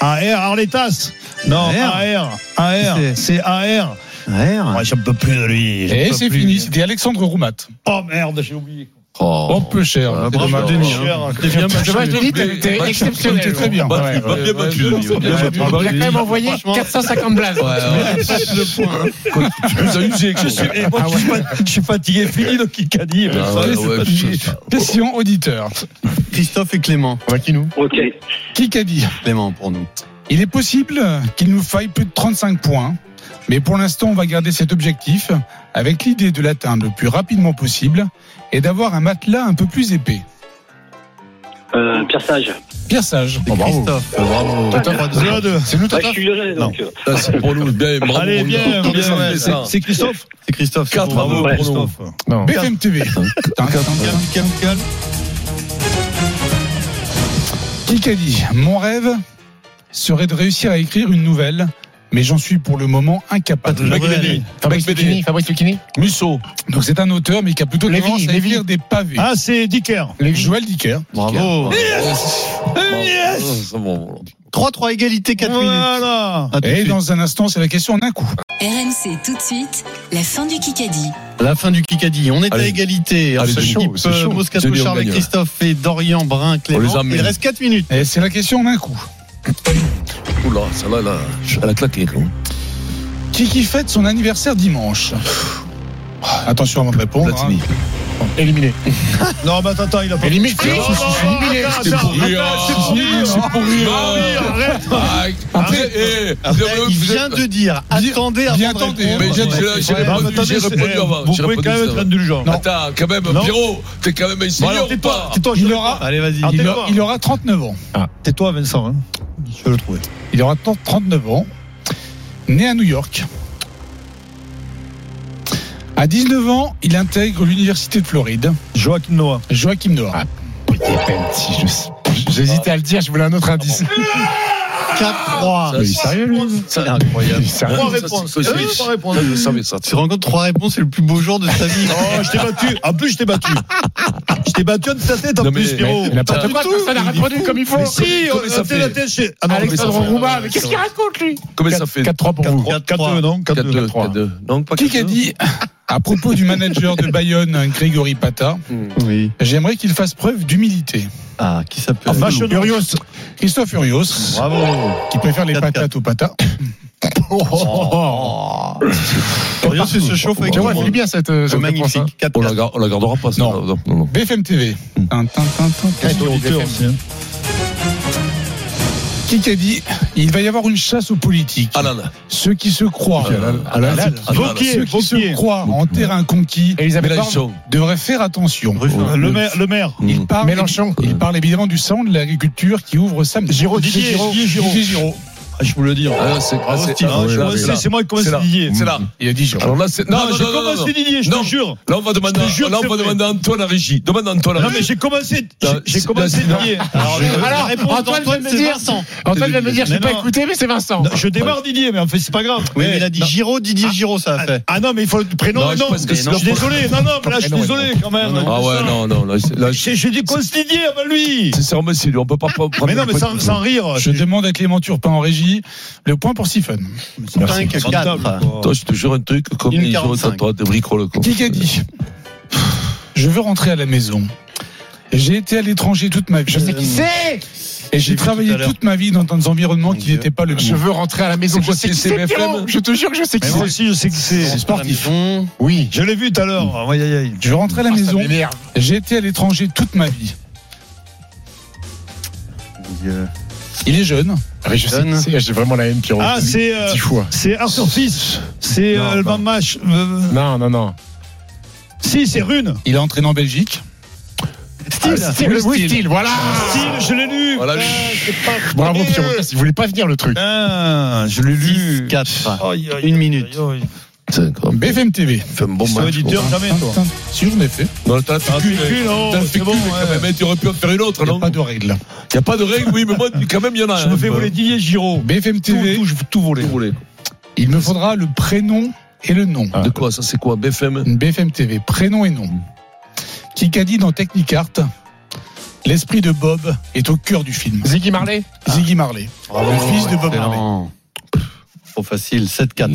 S14: AR, Arletas. Non, AR. AR.
S4: Qui c'est
S14: C'est AR.
S4: Ouais.
S14: Ouais, j'en peux plus de lui. j'en
S23: Et
S14: peux
S23: c'est
S14: plus.
S23: fini. C'était Alexandre Roumat.
S14: Oh merde, j'ai oublié.
S12: Oh.
S23: Oh, peu cher.
S12: Ah,
S23: C'est
S12: bravo,
S23: dommage.
S12: Denis,
S23: Cher.
S14: Cher.
S23: C'est bien, Je dommage.
S13: Je dis, t'es- t'es
S23: Match
S13: exceptionnel.
S23: C'était très bien.
S12: Bah,
S23: Ouais,
S12: bah,
S23: ouais,
S12: bien
S23: ouais,
S12: battu,
S23: ouais,
S12: Denis,
S23: ouais,
S12: bien
S23: ouais,
S12: battu.
S23: ouais,
S13: Il a
S23: ouais,
S13: quand même envoyé
S4: franchement.
S13: 450 blagues.
S12: Tu nous as usé, quoi.
S14: Je suis, eh, moi, je suis pas- je suis fatigué, fini le Kikadi.
S12: Ah,
S14: Ça,
S12: ouais,
S14: c'est
S12: ouais,
S14: fatigué.
S12: putain.
S23: Question auditeur.
S4: Christophe et Clément.
S22: Vakinou.
S16: Ok.
S23: Qui qu'a dit
S4: Clément pour nous.
S23: Il est possible qu'il nous faille plus de 35 points, mais pour l'instant, on va garder cet objectif avec l'idée de l'atteindre le plus rapidement possible et d'avoir un matelas un peu plus épais.
S16: Euh, Pierre Sage.
S23: Pierre Sage.
S4: Oh, Christophe.
S12: Bravo.
S4: C'est
S12: nous,
S16: Bah, je suis lyonnais, donc. euh,
S12: Ah, C'est pour nous. Bien, bravo.
S4: Allez, bien,
S12: Tout
S4: bien,
S12: ça,
S4: ouais,
S12: ça.
S4: c'est- c'est Christophe C'est Christophe.
S12: Quatre
S4: bravo,
S12: aveux pour nous.
S4: Christophe. Non.
S23: BFM TV. Attends, attends, calme, calme, calme. Qui qu'a dit Mon rêve serait de réussir à écrire une nouvelle, mais j'en suis pour le moment incapable.
S12: Patrick Bédé.
S23: Fabrice
S12: Patrick
S23: Lucchini.
S12: Bédé. Musso.
S23: Donc c'est un auteur, mais qui a plutôt
S12: Lévy,
S23: tendance à
S12: Lévy.
S23: écrire des pavés.
S4: Ah, c'est Dicker.
S23: Joël Dicker.
S4: Bravo. Ah,
S12: C'est bon.
S4: 3-3 égalité, 4 minutes. À tout de
S23: Et
S4: suite.
S23: dans un instant, c'est la question en un coup.
S6: RMC tout de suite, la fin du Kikadi.
S4: La fin du Kikadi. On est à
S12: Allez.
S4: égalité. entre
S12: Allez, c'est
S4: l'équipe,
S12: chaud, c'est
S4: euh,
S12: chaud.
S4: Moscato
S12: Tenez, on
S4: Charles
S12: gagne,
S4: avec
S12: là.
S4: Christophe et Dorian Brun,
S12: les
S4: Clément.
S12: amène.
S4: Il reste 4 minutes.
S23: Et c'est la question en un coup.
S12: Oula, celle-là, elle a- elle a claqué. non
S23: Qui qui fête son anniversaire dimanche Attention avant de répondre.
S12: Platini.
S23: hein.
S12: Eh,
S23: Éliminé.
S14: Non, mais attends, attends, il a pas.
S23: Éliminé.
S12: Ah,
S14: Non, non,
S23: Éliminé.
S14: attends,
S23: C'était
S14: attends,
S23: pour rire.
S14: attends, c'est pour rire.
S23: C'est pour rire.
S14: Bah oui, arrête.
S12: Ah,
S4: Après-
S12: eh,
S4: Après,
S12: vous-
S4: il
S12: vous-
S4: vient de dire attendez avant
S23: bien
S4: de
S23: attendez,
S4: répondre.
S12: Mais j'ai j'ai- j'ai
S14: Ouais, bah,
S12: répondu,
S14: attendez,
S12: j'ai
S14: c'est-
S12: répondu
S14: eh,
S12: avant.
S14: vous
S12: j'ai
S14: pouvez
S12: répondu
S14: quand même
S12: ça.
S14: être indulgent.
S12: Attends, quand même,
S14: Non.
S12: Pierrot, t'es quand même un
S14: Bon,
S12: senior
S14: alors,
S12: ou
S14: tais-toi,
S12: pas
S14: tais-toi, je
S23: Il
S14: le
S23: aura-
S14: prends. Allez, vas-y.
S23: Il,
S14: tais-toi.
S23: aura- il aura 39 ans.
S4: Ah,
S14: Tais-toi, Vincent. hein. Je vais le trouver.
S23: Il aura tant- 39 ans. Né à New York. À 19 ans, il intègre l'université de Floride.
S14: Joachim Noah.
S23: Joachim
S13: Ah,
S23: Noah.
S13: J'hésitais à le dire, je voulais un autre indice.
S23: Ah
S4: 4-3.
S12: Ça, c'est-
S4: C'est incroyable.
S13: C'est un-
S14: Trois
S12: ça,
S14: réponses.
S12: c'est-
S14: Euh, trois réponses.
S12: Je le savais, ça.
S4: Tu rencontres 3 réponses, c'est le plus beau jour de ta vie.
S14: Oh, je t'ai battu. En plus, je t'ai battu. Je t'ai battu en tête à tête, en
S12: Non, mais-
S14: plus, Pierrot.
S12: mais
S13: N'importe quoi, personne n'a répondu comme il faut.
S14: Mais si,
S12: Comment
S14: on
S12: il s'appelait
S14: était la tête chez. Ah non,
S13: Alexandre
S14: mais ça-
S13: Rouba, mais qu'est-ce qu'il raconte lui
S12: Comment ça fait
S13: 4-3 pour vous.
S14: 4-2, non
S12: 4-2,
S14: 4-2.
S12: 4-2. Non, pas
S23: Qui qui a
S12: 4-2.
S23: dit, à propos du manager de Bayonne, Grégory Pata,
S4: Oui.
S23: j'aimerais qu'il fasse preuve d'humilité.
S4: Ah, qui ça peut
S23: Furios. Christophe Furios,
S4: Bravo. Oh.
S23: qui préfère les
S4: 4-4.
S23: patates Oh. aux patas.
S4: Dorian se se chauffe avec
S13: Tu
S4: tout le
S13: vois,
S4: monde.
S13: c'est bien cette. euh,
S4: C'est
S13: cette réponse, hein.
S4: magnifique.
S12: On
S14: Oh
S4: 4
S12: la gar- on la gardera pas, ça.
S23: Non.
S12: Non, non, non.
S23: BFM TV. Tin, tin, tin, tin, tin.
S14: Auditeur aussi, hein.
S23: Qui qui a dit, il va y avoir une chasse aux politiques.
S12: Ah là là.
S23: Ceux qui se croient,
S12: Ah là là. Ah là là.
S14: Vauquier,
S23: ceux qui se
S14: Vauquier.
S23: croient en terrain conquis,
S12: Elisabeth Borne.
S23: devraient faire attention.
S14: Oh, Le maire, le maire.
S12: Mm.
S23: Il parle,
S13: Mélenchon.
S23: il parle évidemment du salon de l'agriculture qui ouvre samedi.
S14: Giraud, Didier Giraud.
S23: Didier Giraud.
S14: Ah, Je peux le dire.
S12: Ah, c'est- ah,
S14: Bravo,
S12: c'est-
S14: Steve.
S12: ah,
S14: Ah,
S12: ouais,
S14: je
S12: là,
S14: commence-
S12: c'est là.
S14: C'est moi qui commence
S12: C'est là. Mm,
S14: à Didier.
S12: C'est là.
S23: Il a dit Giraud.
S12: Alors là, c'est.
S14: Non, je commence les Didier, je
S12: Non.
S14: te jure.
S12: Là, on va demander,
S14: Je te jure
S12: là,
S14: que
S12: on va
S14: c'est
S12: demander à Antoine à Régie. Demande à Antoine à
S14: Non, mais
S12: Régie.
S14: j'ai commencé.
S12: Là,
S14: j'ai- J'ai
S12: c'est-
S14: commencé
S12: là,
S14: Didier.
S13: Alors, Antoine vient de me
S4: c'est
S13: dire-
S4: Vincent.
S13: Antoine vient de me dire, je
S14: Mais
S13: pas
S14: non.
S13: écouté, mais c'est Vincent.
S14: Non, Je démarre Didier, mais en fait, c'est pas grave.
S4: Oui, mais il a dit
S14: Non.
S4: Giraud, Didier Giraud, ça a fait.
S14: Ah non, mais il faut le prénom.
S12: Non,
S14: Non,
S12: je
S14: non.
S12: pense que
S14: Je
S12: c'est
S14: suis
S12: leur-
S14: désolé. Non, non, mais là, je suis désolé quand même.
S12: Ah ouais, non, non. Là, c'est- là, je-
S14: J'ai j'ai dit commence Didier, bah lui.
S12: sincèrement, c'est lui. On peut pas prendre.
S14: Mais non, mais sans, sans rire.
S23: Je demande à Clément Turpin en régie le point pour Siphon.
S4: 5, 4.
S12: Toi, je te jure un truc, comme
S4: Une
S12: les gens,
S4: 45.
S12: toi, t'es bricole, quoi.
S23: Qui a dit Je veux rentrer à la maison. J'ai été à l'étranger toute ma vie. Je sais qui c'est Et j'ai travaillé toute ma vie dans un environnement qui n'était pas le
S13: Je
S23: mien.
S13: veux rentrer à la maison.
S12: C'est quoi,
S13: Je sais qui
S12: c'est
S13: c'est
S12: BFM?
S13: Pierrot. Je te jure que je sais qui
S14: Mais moi
S13: c'est.
S14: aussi, je sais que c'est.
S23: sportif.
S13: Oui.
S14: Je l'ai vu tout à l'heure. Aïe, aïe, aïe.
S23: Je veux rentrer à la
S13: Ah, ça
S23: maison.
S13: m'énerve.
S23: J'ai été à l'étranger toute ma vie. Il est jeune.
S13: Ah, mais je sais qui c'est. J'ai vraiment la haine, Pierrot.
S14: Ah, c'est. euh,
S13: Dix fois.
S14: C'est Arthur Fils. C'est
S13: Non,
S14: euh, le
S12: bah,
S13: non.
S14: Mamash. euh,
S13: Non, non, non.
S14: Si, c'est Rune.
S23: Il a entraîné en Belgique.
S14: Style.
S13: Style, oui,
S23: Style.
S13: style, voilà.
S14: Style, je l'ai lu.
S12: Voilà, lui.
S14: Putain, c'est pas
S13: Bravo,
S14: vrai.
S13: Pierrot. Il voulait pas venir le truc.
S12: ah,
S14: Putain, je l'ai lu.
S4: 4.
S14: Aïe, aïe,
S4: Une
S14: aïe,
S4: minute.
S14: aïe, aïe.
S12: Putain, quand même.
S23: BFM TV.
S12: Fais un bon
S14: C'est
S12: match.
S14: auditeur,
S12: quoi.
S14: jamais, toi.
S23: Si, j'en ai fait.
S12: Non, t'as fait
S14: Ah,
S12: qu'une,
S14: t'as fait
S12: hein.
S14: qu'une, non,
S12: T'as
S14: c'est
S12: fait
S14: bon,
S12: qu'une, quand
S14: ouais.
S12: même. hein, Tu aurais pu en faire une autre,
S23: Il n'y
S12: non
S23: a pas de règles.
S12: Il n'y a pas de règle, oui, mais moi, quand même, il y en a.
S14: Je me
S12: hein,
S14: fais
S12: bah.
S14: voler Didier Giraud.
S23: BFM
S14: Tout,
S23: TV.
S14: tout, je veux tout voler.
S12: Tout roulé.
S23: Il me faudra le prénom et le nom.
S13: Ah.
S12: De quoi Ça, c'est quoi BFM
S23: Une BFM TV, prénom et nom. Qui qu'a dit dans Technicart L'esprit de Bob est au cœur du film. Ah.
S13: Ziggy Marley
S23: Ziggy Marley, le fils de Bob Marley.
S4: Trop facile, 7-4.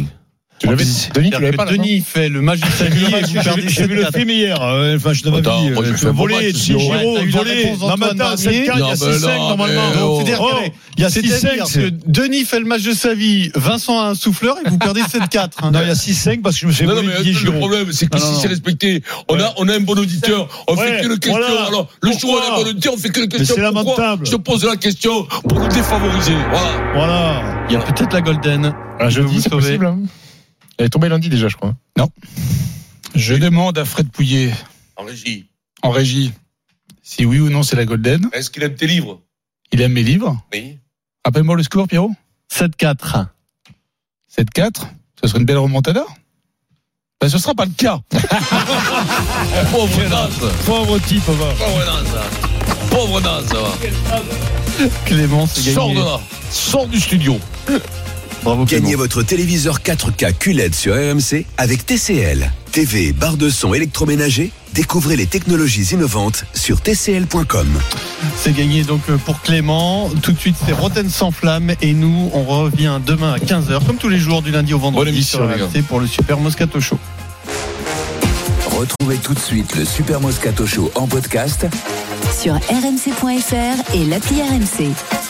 S13: Tu l'avais Denis, tu l'avais pas là non
S4: Denis fait le match de sa vie et vous perdez
S14: J'ai vu le
S4: 7-4.
S14: film hier. euh, Enfin, je devais
S12: Attends,
S14: vie.
S12: moi, j'ai
S14: euh,
S12: fait un bon
S14: Voler,
S12: match,
S14: Didier
S12: sinon.
S14: Giraud,
S4: Ouais, t'as eu la
S14: voler.
S4: réponse
S14: Non, mais
S4: d'Antoine
S14: attends, 7-4, il y
S12: Barbier.
S14: a
S12: Non, mais
S14: 6-5
S12: non,
S14: normalement.
S12: mais oh.
S14: Donc, c'est-à-dire
S4: Oh.
S14: que- Il y a
S4: C'est-à-dire
S14: 6-5.
S4: que Denis fait le match de sa vie, Vincent a un souffleur et vous perdez 7-4. hein.
S14: Non, il y a 6-5 parce que je me fais
S12: Non, non,
S14: voler
S12: mais
S14: Didier
S12: le
S14: Giraud.
S12: problème, c'est que
S14: Non, non,
S12: si
S14: non.
S12: c'est respecté, on, a, on a un bon auditeur, on
S14: Ouais,
S12: fait que le question.
S14: voilà.
S12: Alors, le jour où on a un
S14: Pourquoi
S12: bon auditeur, on fait que le question.
S14: c'est
S12: Pourquoi
S14: lamentable.
S12: Je te pose la question pour nous défavoriser. Voilà.
S14: Voilà.
S4: Il y a peut-être la Golden.
S13: Un
S4: vous
S13: jeudi, c'est
S4: sauver.
S13: possible. hein. Elle est tombée lundi déjà, je crois.
S23: Je demande à Fred Pouillet
S12: En régie,
S23: en régie si oui ou non c'est la Golden.
S12: est-ce qu'il aime tes livres
S23: Il aime mes livres.
S24: Oui.
S23: Appelle-moi le score, Pierrot.
S4: 7-4.
S23: 7-4. Ce serait une belle remontada. Ben, ce sera pas le cas.
S14: Pauvre Naz.
S4: Pauvre type, on va.
S14: Pauvre Naz. Pauvre Naz.
S4: Clémence, c'est
S14: Sors de
S4: gagné.
S14: là. Sors du studio.
S4: Bravo, Clémence.
S12: Gagnez votre téléviseur 4K QLED E sur RMC avec TCL. TV, barre de son électroménager, découvrez les technologies innovantes sur tcl.com.
S4: C'est gagné donc euh, pour Clément. Tout de suite, c'est Rotten sans flamme. Et nous, on revient demain à 15h, comme tous les jours, du lundi au vendredi.
S14: Bonne émission,
S4: sur
S14: les gars.
S4: RMC pour le Super Moscato Show.
S12: Retrouvez tout de suite le Super Moscato Show en podcast
S6: Sur rmc.fr et l'appli RMC.